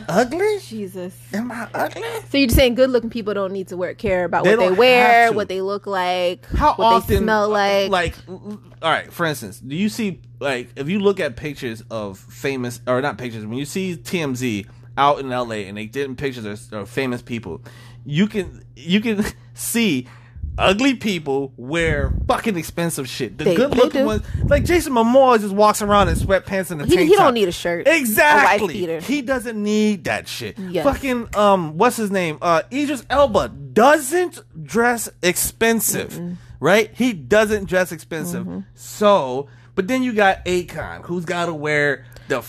ugly? Jesus. Am I ugly? So you're just saying good looking people don't need to wear, care about They what they don't have wear, to. what they look like, how what often uh, they smell like. like all right for instance do you see like if you look at pictures of famous or not pictures when you see tmz out in la and they did pictures of, of famous people you can you can see ugly people wear fucking expensive shit the They- good they looking do. ones like jason momoa just walks around in sweatpants and a He- tank he top. don't need a shirt, a wife exactly beater. he doesn't need that shit Yes. fucking um what's his name uh idris elba doesn't dress expensive right he doesn't dress expensive Mm-hmm. so but then you got akon who's got to wear the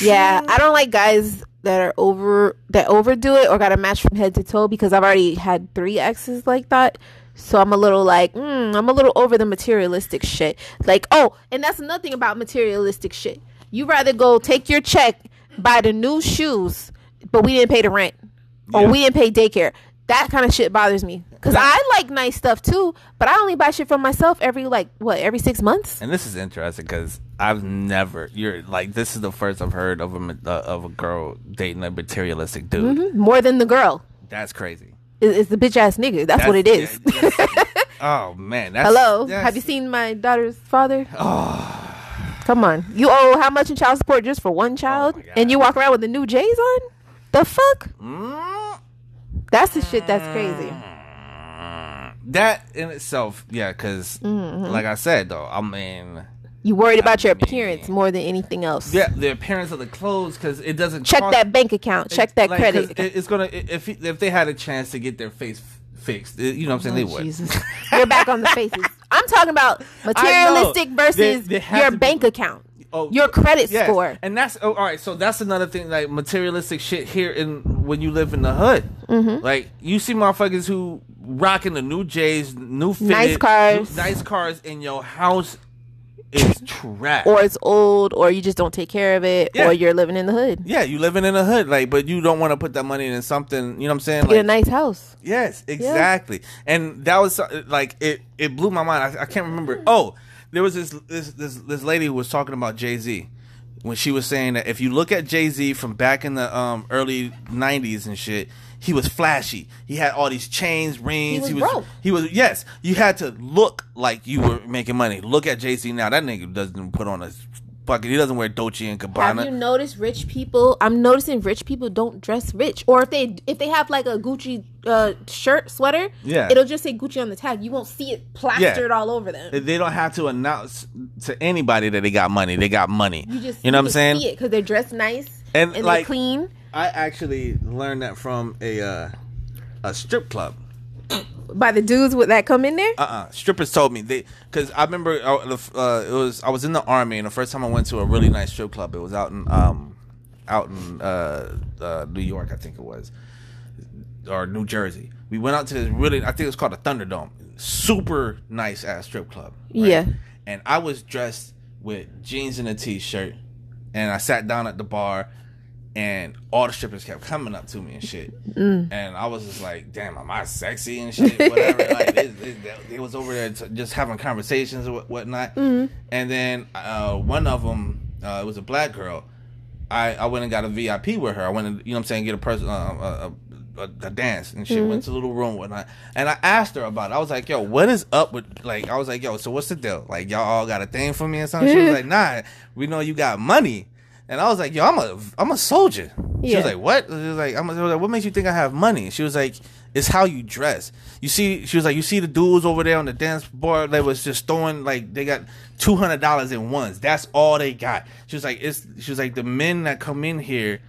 Yeah, I don't like guys that are over that overdo it or got to match from head to toe because I've already had three exes like that. So I'm a little like, mm, I'm a little over the materialistic shit. Like, oh, and that's another thing about materialistic shit. You rather go take your check, buy the new shoes, but we didn't pay the rent or Yeah. we didn't pay daycare. That kind of shit bothers me because I like nice stuff too, but I only buy shit for myself every like what every six months. and this is interesting because I've never you're like this is the first I've heard of a ma- uh, of a girl dating a materialistic dude Mm, More than the girl that's crazy is, is the bitch ass nigga. That's, what it is. yeah, that's- oh man that's, Hello. that's- Have you seen my daughter's father? Come on. You owe how much in child support just for one child? Ah. Oh my God. and you walk around with the new J's on? The fuck? Mm. That's the shit that's crazy. that in itself, yeah, because Mm-hmm. like I said though, I mean, You worried about your mean- appearance more than anything else. yeah, the appearance of the clothes because it doesn't Check cost- that bank account. Check that like, 'cause credit. It, it's gonna i- if if they had a chance to get their face f- fixed, it- you know what I'm saying? they would. Oh, Jesus. You're back on the faces. I'm talking about materialistic They- versus they have your to be- bank account. Oh, your credit Yes. score. and that's oh, all right. So that's another thing, like materialistic shit here in when you live in the hood. Mm-hmm. Like you see motherfuckers who rocking the new J's, new fitted, cars. new- nice cars, in your house is trash. Or it's old or you just don't take care of it Yeah. or you're living in the hood. Yeah, you living in a hood, like, but you don't want to put that money in something. You know what I'm saying? Get a Like, nice house. yes, exactly. And that was uh, like it. It blew my mind. I, I can't Mm. remember. Oh, there was this this this this lady who was talking about Jay Z when she was saying that if you look at Jay Z from back in the um early '90s and shit. He was flashy. He had all these chains, rings. was He broke. he was yes. You had to look like you were making money. Look at Jay Z now. That nigga doesn't put on a fucking. He doesn't wear Dolce and Gabbana. Have you noticed rich people? I'm noticing rich people don't dress rich, or if they if they have like a Gucci uh, shirt sweater, Yeah. it'll just say Gucci on the tag. You won't see it plastered all over them. they don't have to announce to anybody that they got money. They got money. you just you know what I'm saying? See it because they're dressed nice And, and, like- they're clean. I actually learned that from a uh, a strip club. By the dudes with that come in there, Uh uh Strippers told me they because I remember uh, the f- uh, it was I was in the army and the first time I went to a really nice strip club it was out in um out in uh, uh New York I think it was or New Jersey. We went out to this really I think it was called the Thunderdome. Super nice ass strip club. Yeah. And I was dressed with jeans and a t shirt and I sat down at the bar and all the strippers kept coming up to me and shit. And I was just like, damn, am I sexy and shit? Whatever. like, they, they, they was over there t- just having conversations and what- whatnot. And then uh, one of them, uh, it was a black girl. I, I went and got a VIP with her. I went and, you know what I'm saying, get a person, uh, a, a, a, a dance and shit. Went to the little room and whatnot. And I asked her about it. I was like, yo, what is up with, like, I was like, yo, so what's the deal? Like, y'all all got a thing for me or something? She was like, nah, we know you got money. And I was like, yo, I'm a, I'm a soldier. She Yeah. was like, what? She was like, I'm a, she was like, what makes you think I have money? She was like, it's how you dress. You see, she was like, you see the dudes over there on the dance bar that was just throwing like they got two hundred dollars in ones. That's all they got. She was like, it's. She was like, the men that come in here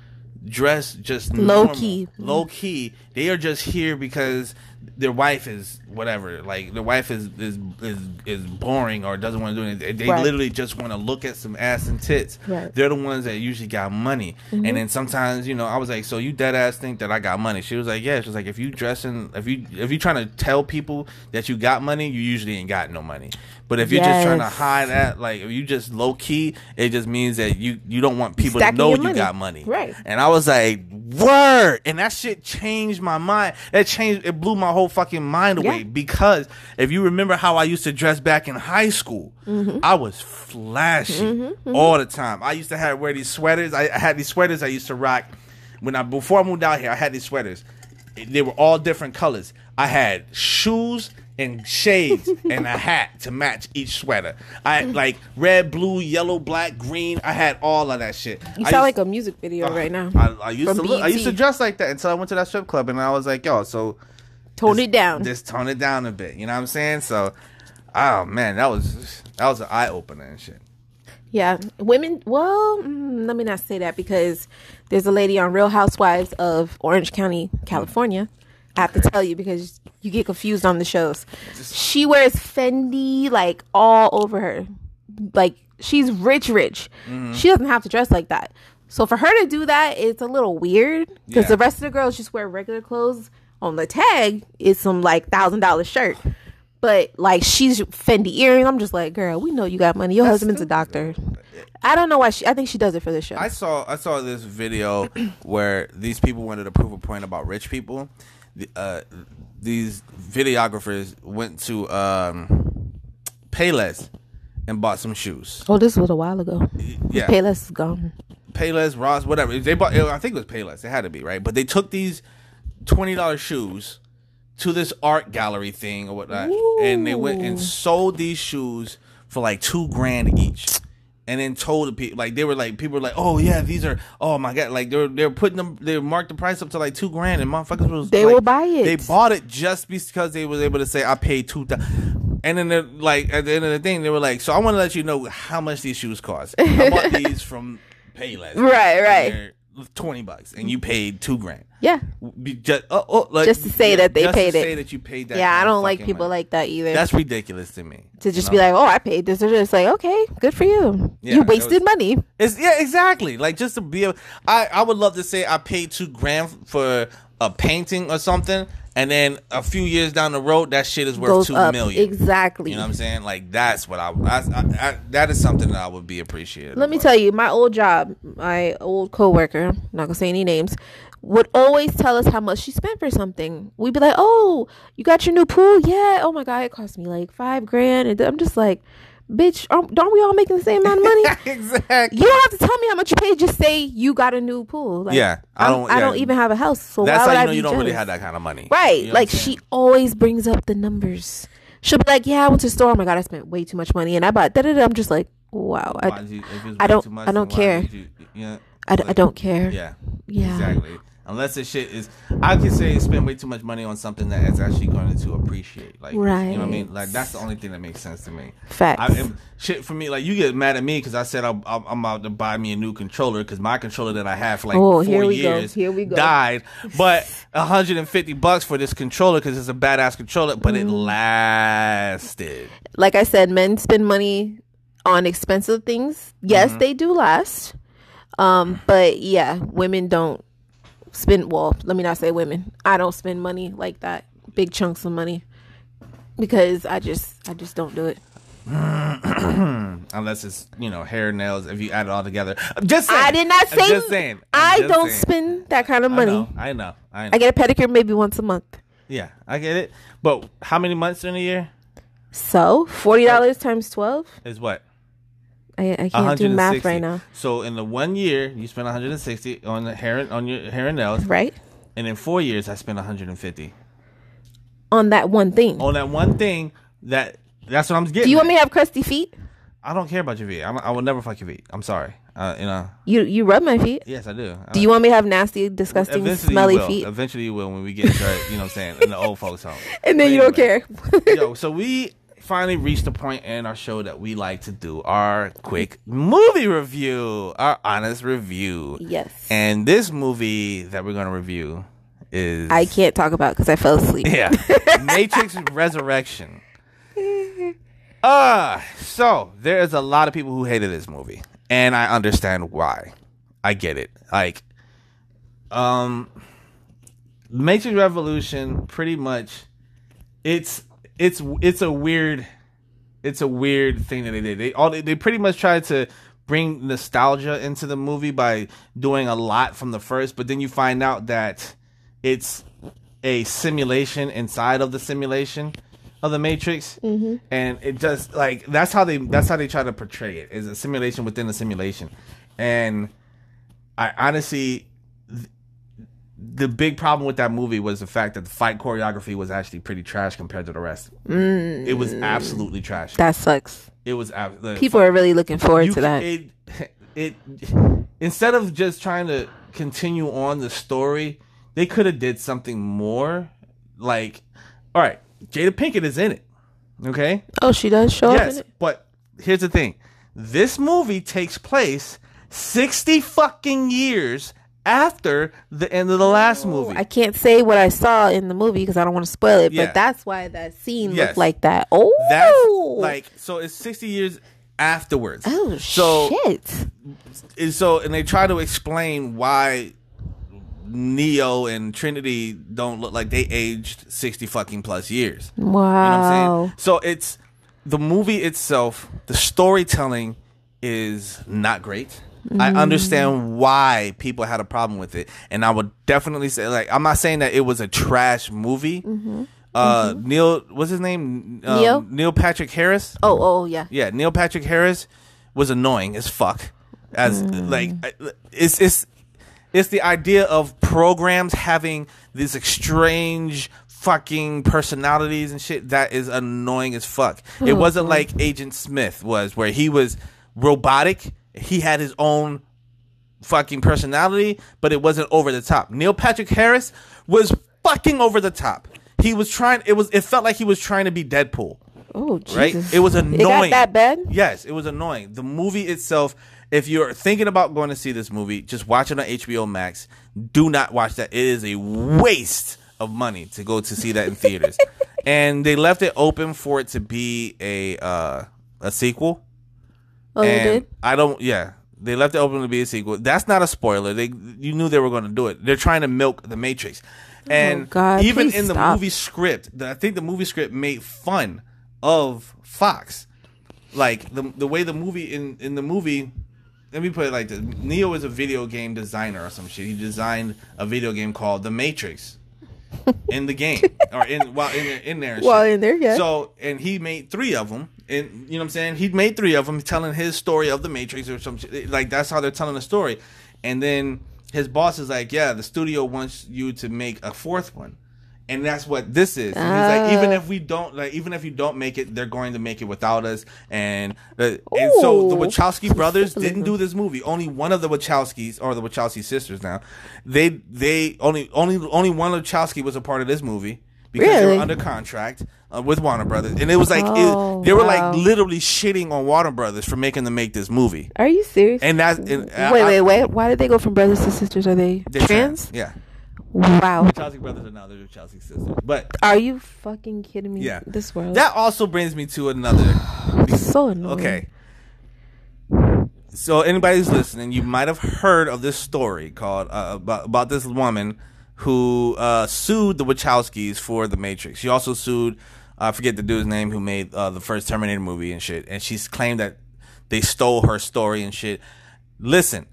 dress just Low normal, key. low key. They are just here because their wife is whatever. Like their wife is is is, is boring or doesn't want to do anything. They Right. literally just want to look at some ass and tits. Right. Mm-hmm. They're the ones that usually got money. And then sometimes, you know, I was like, "So you dead ass think that I got money?" She was like, "Yeah." She was like, "If you dressing, if you if you trying to tell people that you got money, you usually ain't got no money. But if you're just trying to Yes. hide that, like if you just low key, it just means that you you don't want people Stacking to know your you money. got money, Right. and I was like, word. And that shit changed my mind. That changed, it blew my whole fucking mind away Yeah. because if you remember how I used to dress back in high school, Mm-hmm. I was flashy all the time. I used to have wear these sweaters. I, I had these sweaters I used to rock when I, before I moved out here, I had these sweaters. They were all different colors. I had shoes and shades and a hat to match each sweater. I Mm. had, like red, blue, yellow, black, green. I had all of that shit. You I used- sound like a music video right now. I, I used From E to look, I used to BET. dress like that until I went to that strip club, and I was like, yo, so Tone it down. just tone it down a bit. You know what I'm saying? So, oh man, that was that was an eye opener and shit. Yeah, women. Well, mm, let me not say that because there's a lady on Real Housewives of Orange County, California. I have to tell you because you get confused on the shows. She wears Fendi like all over her. Like she's rich, rich. She doesn't have to dress like that. So for her to do that, it's a little weird because Yeah. the rest of the girls just wear regular clothes. On the tag is some like thousand dollar shirt. But like she's Fendi earring. I'm just like, girl, we know you got money. Your husband's a doctor. I don't know why she. I think she does it for the show. I saw I saw this video where these people wanted to prove a point about rich people. The, uh, these videographers went to um, Payless and bought some shoes. oh, this was a while ago. Yeah, Payless is gone. Payless, Ross, whatever. They bought. I think it was Payless. It had to be right. But they took these twenty dollars shoes to this art gallery thing or whatnot, and they went and sold these shoes for like two grand each. And then told the people like they were like people were like oh yeah these are oh my god like they're they're putting them they marked the price up to like two grand and motherfuckers was They like- will buy it. they bought it just because they was able to say I paid two thousand. And then they're like at the end of the thing, they were like, "So I want to let you know how much these shoes cost. I bought these from Payless, Right, And right. they're Twenty bucks, and you paid two grand. Yeah, Be- Just, oh, oh, like, Just to say that they just paid to it. Say that you paid that. yeah. I kind of don't like fucking people money. like that either. that's ridiculous to me. to just you be know? like, oh, I paid this. They're just like, okay, good for you. Yeah, you that wasted was- money. It's yeah, exactly. Like just to be, a, I I would love to say I paid two grand for a painting or something, and then a few years down the road, that shit is worth Goes two up million. exactly. You know what I'm saying? Like that's what I, I, I, I that is something that I would be appreciated. Let me about. tell you, my old job, my old coworker, I'm not gonna say any names, would always tell us how much she spent for something. We'd be like, "Oh, you got your new pool? Yeah. Oh my god, it cost me like five grand." And I'm just like, "Bitch, aren't, aren't we all making the same amount of money?" exactly. You don't have to tell me how much you paid. Just say you got a new pool. Like, Yeah, I I'm- don't- I yeah. don't even have a house, so That's why would how I you know be you don't really jealous? have that kind of money, Right. You know what like I'm saying? she always brings up the numbers. She'll be like, "Yeah, I went to the store. Oh my god, I spent way too much money, and I bought da da da." I'm just like, "Wow, I, Why did you- if it's I way don't- too much, I don't then why care. did you- yeah, I, d- I don't care." yeah, Yeah. exactly. Unless this shit is, I can say spend way too much money on something that is actually going to appreciate. Like, you know what I mean? Right. Like that's the only thing that makes sense to me. Facts. I, and shit for me, like you get mad at me because I said I'm, I'm, I'm about to buy me a new controller because my controller that I have for like four Oh, here we go. years Here we go. died, but 150 bucks for this controller because it's a badass controller, but it Mm. lasted. like I said, men spend money on expensive things. Yes, Mm-hmm. they do last. Um, but yeah, women don't spend well, let me not say women. I don't spend money like that, big chunks of money. Because I just I just don't do it. Unless it's you know hair, nails. If you add it all together, I'm just saying. I did not I'm say. just saying. I'm I just don't saying. spend that kind of I money. know. I know. I know. I get a pedicure maybe once a month. yeah, I get it. But how many months in a year So forty dollars times twelve. is what? I, I can't do math 160. right now. So in the one year, you spend 160 on the hair on your hair and nails, Right and in four years, I spent 150 on that one thing. on that one thing. That that's what I'm getting. do you at. want me to have crusty feet? I don't care about your feet. I'm, I will never fuck your feet. I'm sorry. Uh, you know. You you rub my feet. Yes, I do. Uh, Do you want me to have nasty, disgusting, smelly you will. feet? Eventually, you will when we get to our, you know what I'm saying in the old folks home. And then you don't care. Yo, so we finally reached the point in our show that we like to do our quick movie review, our honest review. yes. And this movie that we're gonna review is I can't talk about because I fell asleep. yeah, Matrix Resurrection. Uh, so there is a lot of people who hated this movie, and I understand why. I get it. Like, um, Matrix Revolution pretty much, it's it's it's a weird, it's a weird thing that they did. They all they pretty much tried to bring nostalgia into the movie by doing a lot from the first, but then you find out that it's a simulation inside of the simulation of the matrix and it just like that's how they that's how they try to portray it is a simulation within a simulation and i honestly th- the big problem with that movie was the fact that the fight choreography was actually pretty trash compared to the rest. It was absolutely trash. That sucks. It was ab- the People are really looking forward you to that. c- It, it instead of just trying to continue on the story, they could have did something more. Like, all right, Jada Pinkett is in it. Okay. oh, she does show up. In Yes, it? but here's the thing: this movie takes place sixty fucking years after the end of the last movie. Oh, I can't say what I saw in the movie because I don't want to spoil it. Yeah. But that's why that scene Yes. looked like that. Oh, That's like so. It's sixty years afterwards. oh so- shit. and so and they try to explain why Neo and Trinity don't look like they aged sixty fucking plus years. You know what Wow. I'm saying? So it's the movie itself, the storytelling is not great. I understand why people had a problem with it, and I would definitely say, like, I'm not saying that it was a trash movie. Uh, Neil, what's his name? Um, Neil? Neil Patrick Harris oh, oh yeah. yeah, Neil Patrick Harris was annoying as fuck. As like I- it's it's it's the idea of programs having these strange fucking personalities and shit that is annoying as fuck. It wasn't like Agent Smith was where he was robotic. He had his own fucking personality, but it wasn't over the top. Neil Patrick Harris was fucking over the top. He was trying it was it felt like he was trying to be Deadpool Oh Jesus. right? It was annoying. It got that bad. Yes, it was annoying. The movie itself, if you're thinking about going to see this movie, just watch it on HBO Max. Do not watch that. It is a waste of money to go to see that in theaters. and they left it open for it to be a uh, a sequel. Oh, they and did. I don't yeah. They left it open to be a sequel. That's not a spoiler. They you knew they were going to do it. They're trying to milk the Matrix. And Oh, God, even please in the stop. movie script, the, I think the movie script made fun of Fox like the the way the movie in in the movie let me put it like this neo is a video game designer or some shit he designed a video game called the matrix in the game or in while in there in there and While shit. in there, yeah. so and he made three of them and you know what i'm saying he made three of them telling his story of the matrix or some shit like that's how they're telling the story and then his boss is like yeah the studio wants you to make a fourth one and that's what this is. And he's like, even if we don't, like, even if you don't make it, they're going to make it without us. And uh, and so the Ooh. Wachowski brothers didn't do this movie. Only one of the Wachowskis, or the Wachowski sisters, now they they only only only one Wachowski was a part of this movie because they Really? were under contract uh, with Warner Brothers, and it was like it- Oh, they were wow. like literally shitting on Warner Brothers for making them make this movie. Are you serious? And that's and I- wait, I- wait, wait. Why did they go from brothers to sisters? Are they, they're trans? Yeah, Wow. Wachowski brothers are now the Wachowski sisters, but. Are you fucking kidding me? Yeah. This world. That also brings me to another so annoying. Okay. So anybody who's listening, you might have heard of this story called uh, about, about this woman who uh, sued the Wachowskis for The Matrix. She also sued I forget the dude's name who made uh, the first Terminator movie and shit. And she's claimed that they stole her story and shit. Listen,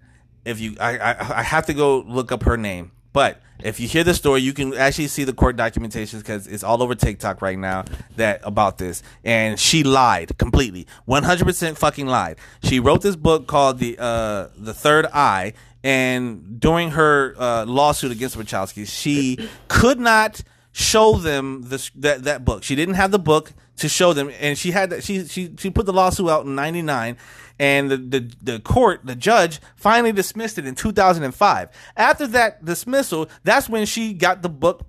if you, I, I, I have to go look up her name. But if you hear the story, you can actually see the court documentations because it's all over TikTok right now that about this. And she lied completely, 100% fucking lied. She wrote this book called the uh, the Third Eye, and during her uh, lawsuit against Wachowski, she could not show them this that that book. She didn't have the book to show them, and she had she she she put the lawsuit out in '99, and the, the the court the judge finally dismissed it in 2005. After that dismissal, that's when she got the book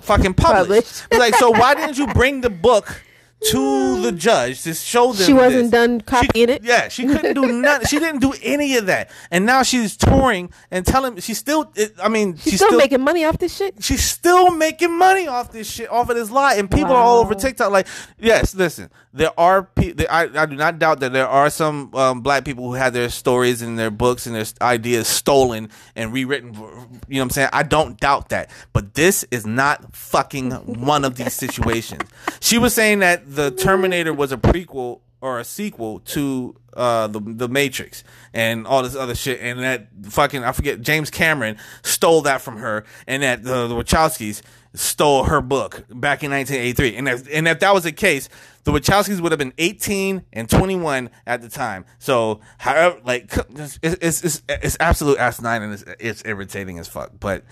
fucking published. like, so why didn't you bring the book? To the judge to show them She wasn't this? done copying it? Yeah, she couldn't do nothing. She didn't do any of that, and now she's touring and telling. She's still. it- I mean, she's, Still, making money off this shit. she's still making money off this shit, off of this lie, and people are all over Wow. TikTok. Like, yes, listen, there are. Pe- there, I, I do not doubt that there are some um, black people who had their stories and their books and their s- ideas stolen and rewritten. for- You know what I'm saying? I don't doubt that, but this is not fucking one of these situations. She was saying that the Terminator was a prequel or a sequel to uh the the Matrix and all this other shit and that fucking I forget James Cameron stole that from her and that uh, the, the Wachowskis stole her book back in 1983 and if, and if that was the case the Wachowskis would have been 18 and 21 at the time so however like c- it's it's it's, it's absolute asinine and it's, it's irritating as fuck but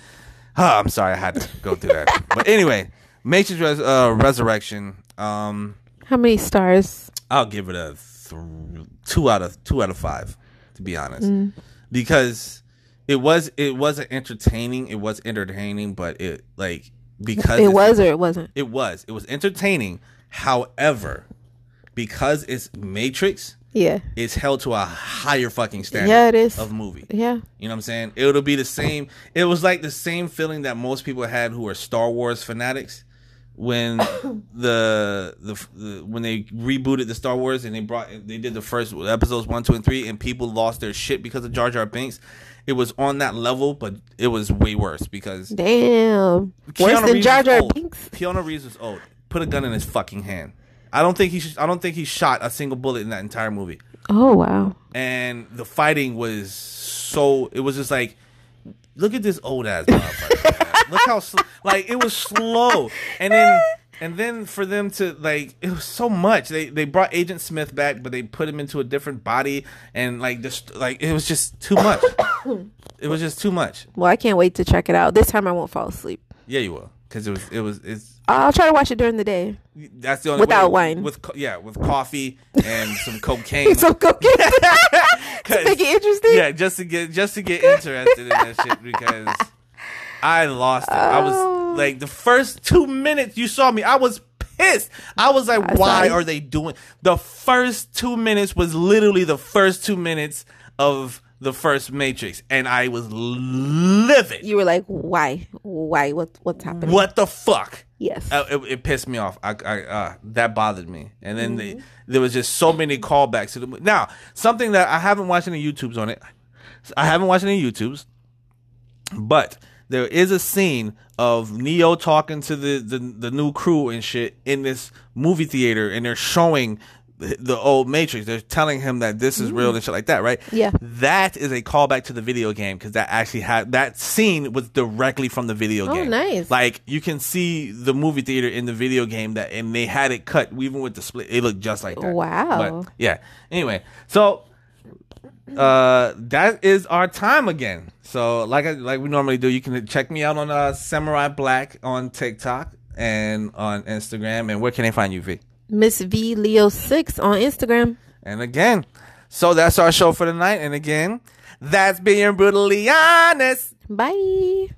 ah, I'm sorry I had to go through that but anyway Matrix Res- uh, Resurrection um How many stars? I'll give it a th- two out of two out of five, to be honest, Mm. because it was it wasn't entertaining. It was entertaining, but it like because It it's- was or it wasn't. it was it was entertaining. However, because it's Matrix, Yeah. it's held to a higher fucking standard. Yeah, it is. of movie. Yeah. You know what I'm saying? It'll be the same. It was like the same feeling that most people had who are Star Wars fanatics when the, the the when they rebooted the Star Wars and they brought they did the first episodes one, two, and three, and people lost their shit because of Jar Jar Binks. It was on that level, but it was way worse because Damn. Worse Keanu than Reeves Jar is Jar old. Binks. Keanu Reeves was old. Put a gun in his fucking hand. I don't think he should, I don't think he shot a single bullet in that entire movie Oh wow. and the fighting was so it was just like look at this old ass motherfucker man. look how sl- like it was slow and then and then for them to like it was so much they they brought agent smith back but they put him into a different body and like just like it was just too much it was just too much Well, I can't wait to check it out. This time I won't fall asleep. yeah you will because it was it was it's I'll try to watch it during the day. that's the only Without way- wine. with co- yeah with coffee and some cocaine So go get to 'Cause- make it interesting. Yeah, just to get just to get interested in that shit because I lost it. I Oh. was like the first two minutes you saw me, I was pissed. I was like, why sorry. are they doing the first two minutes was literally the first two minutes of the first Matrix, and I was livid. You were like, why? Why? What? What's happening? what the fuck? Yes. Uh, it, it pissed me off. I, I uh, that bothered me, and then the, there was just so many callbacks to the mo- now something that I haven't watched any YouTubes on it. I haven't watched any YouTubes, but there is a scene of Neo talking to the the, the new crew and shit in this movie theater, and they're showing the the old Matrix. They're telling him that this is real and shit like that, right? Yeah. That is a callback to the video game because that actually had that scene was directly from the video Oh, game. nice. Like you can see the movie theater in the video game that, and they had it cut even with the split. It looked just like that. Wow. But, yeah. Anyway, so uh, that is our time again. So like I, like we normally do, you can check me out on uh, Samurai Black on TikTok and on Instagram. And where can they find you, V? Miss V Leo six on Instagram. And again, so that's our show for tonight. And again, that's being brutally honest. Bye.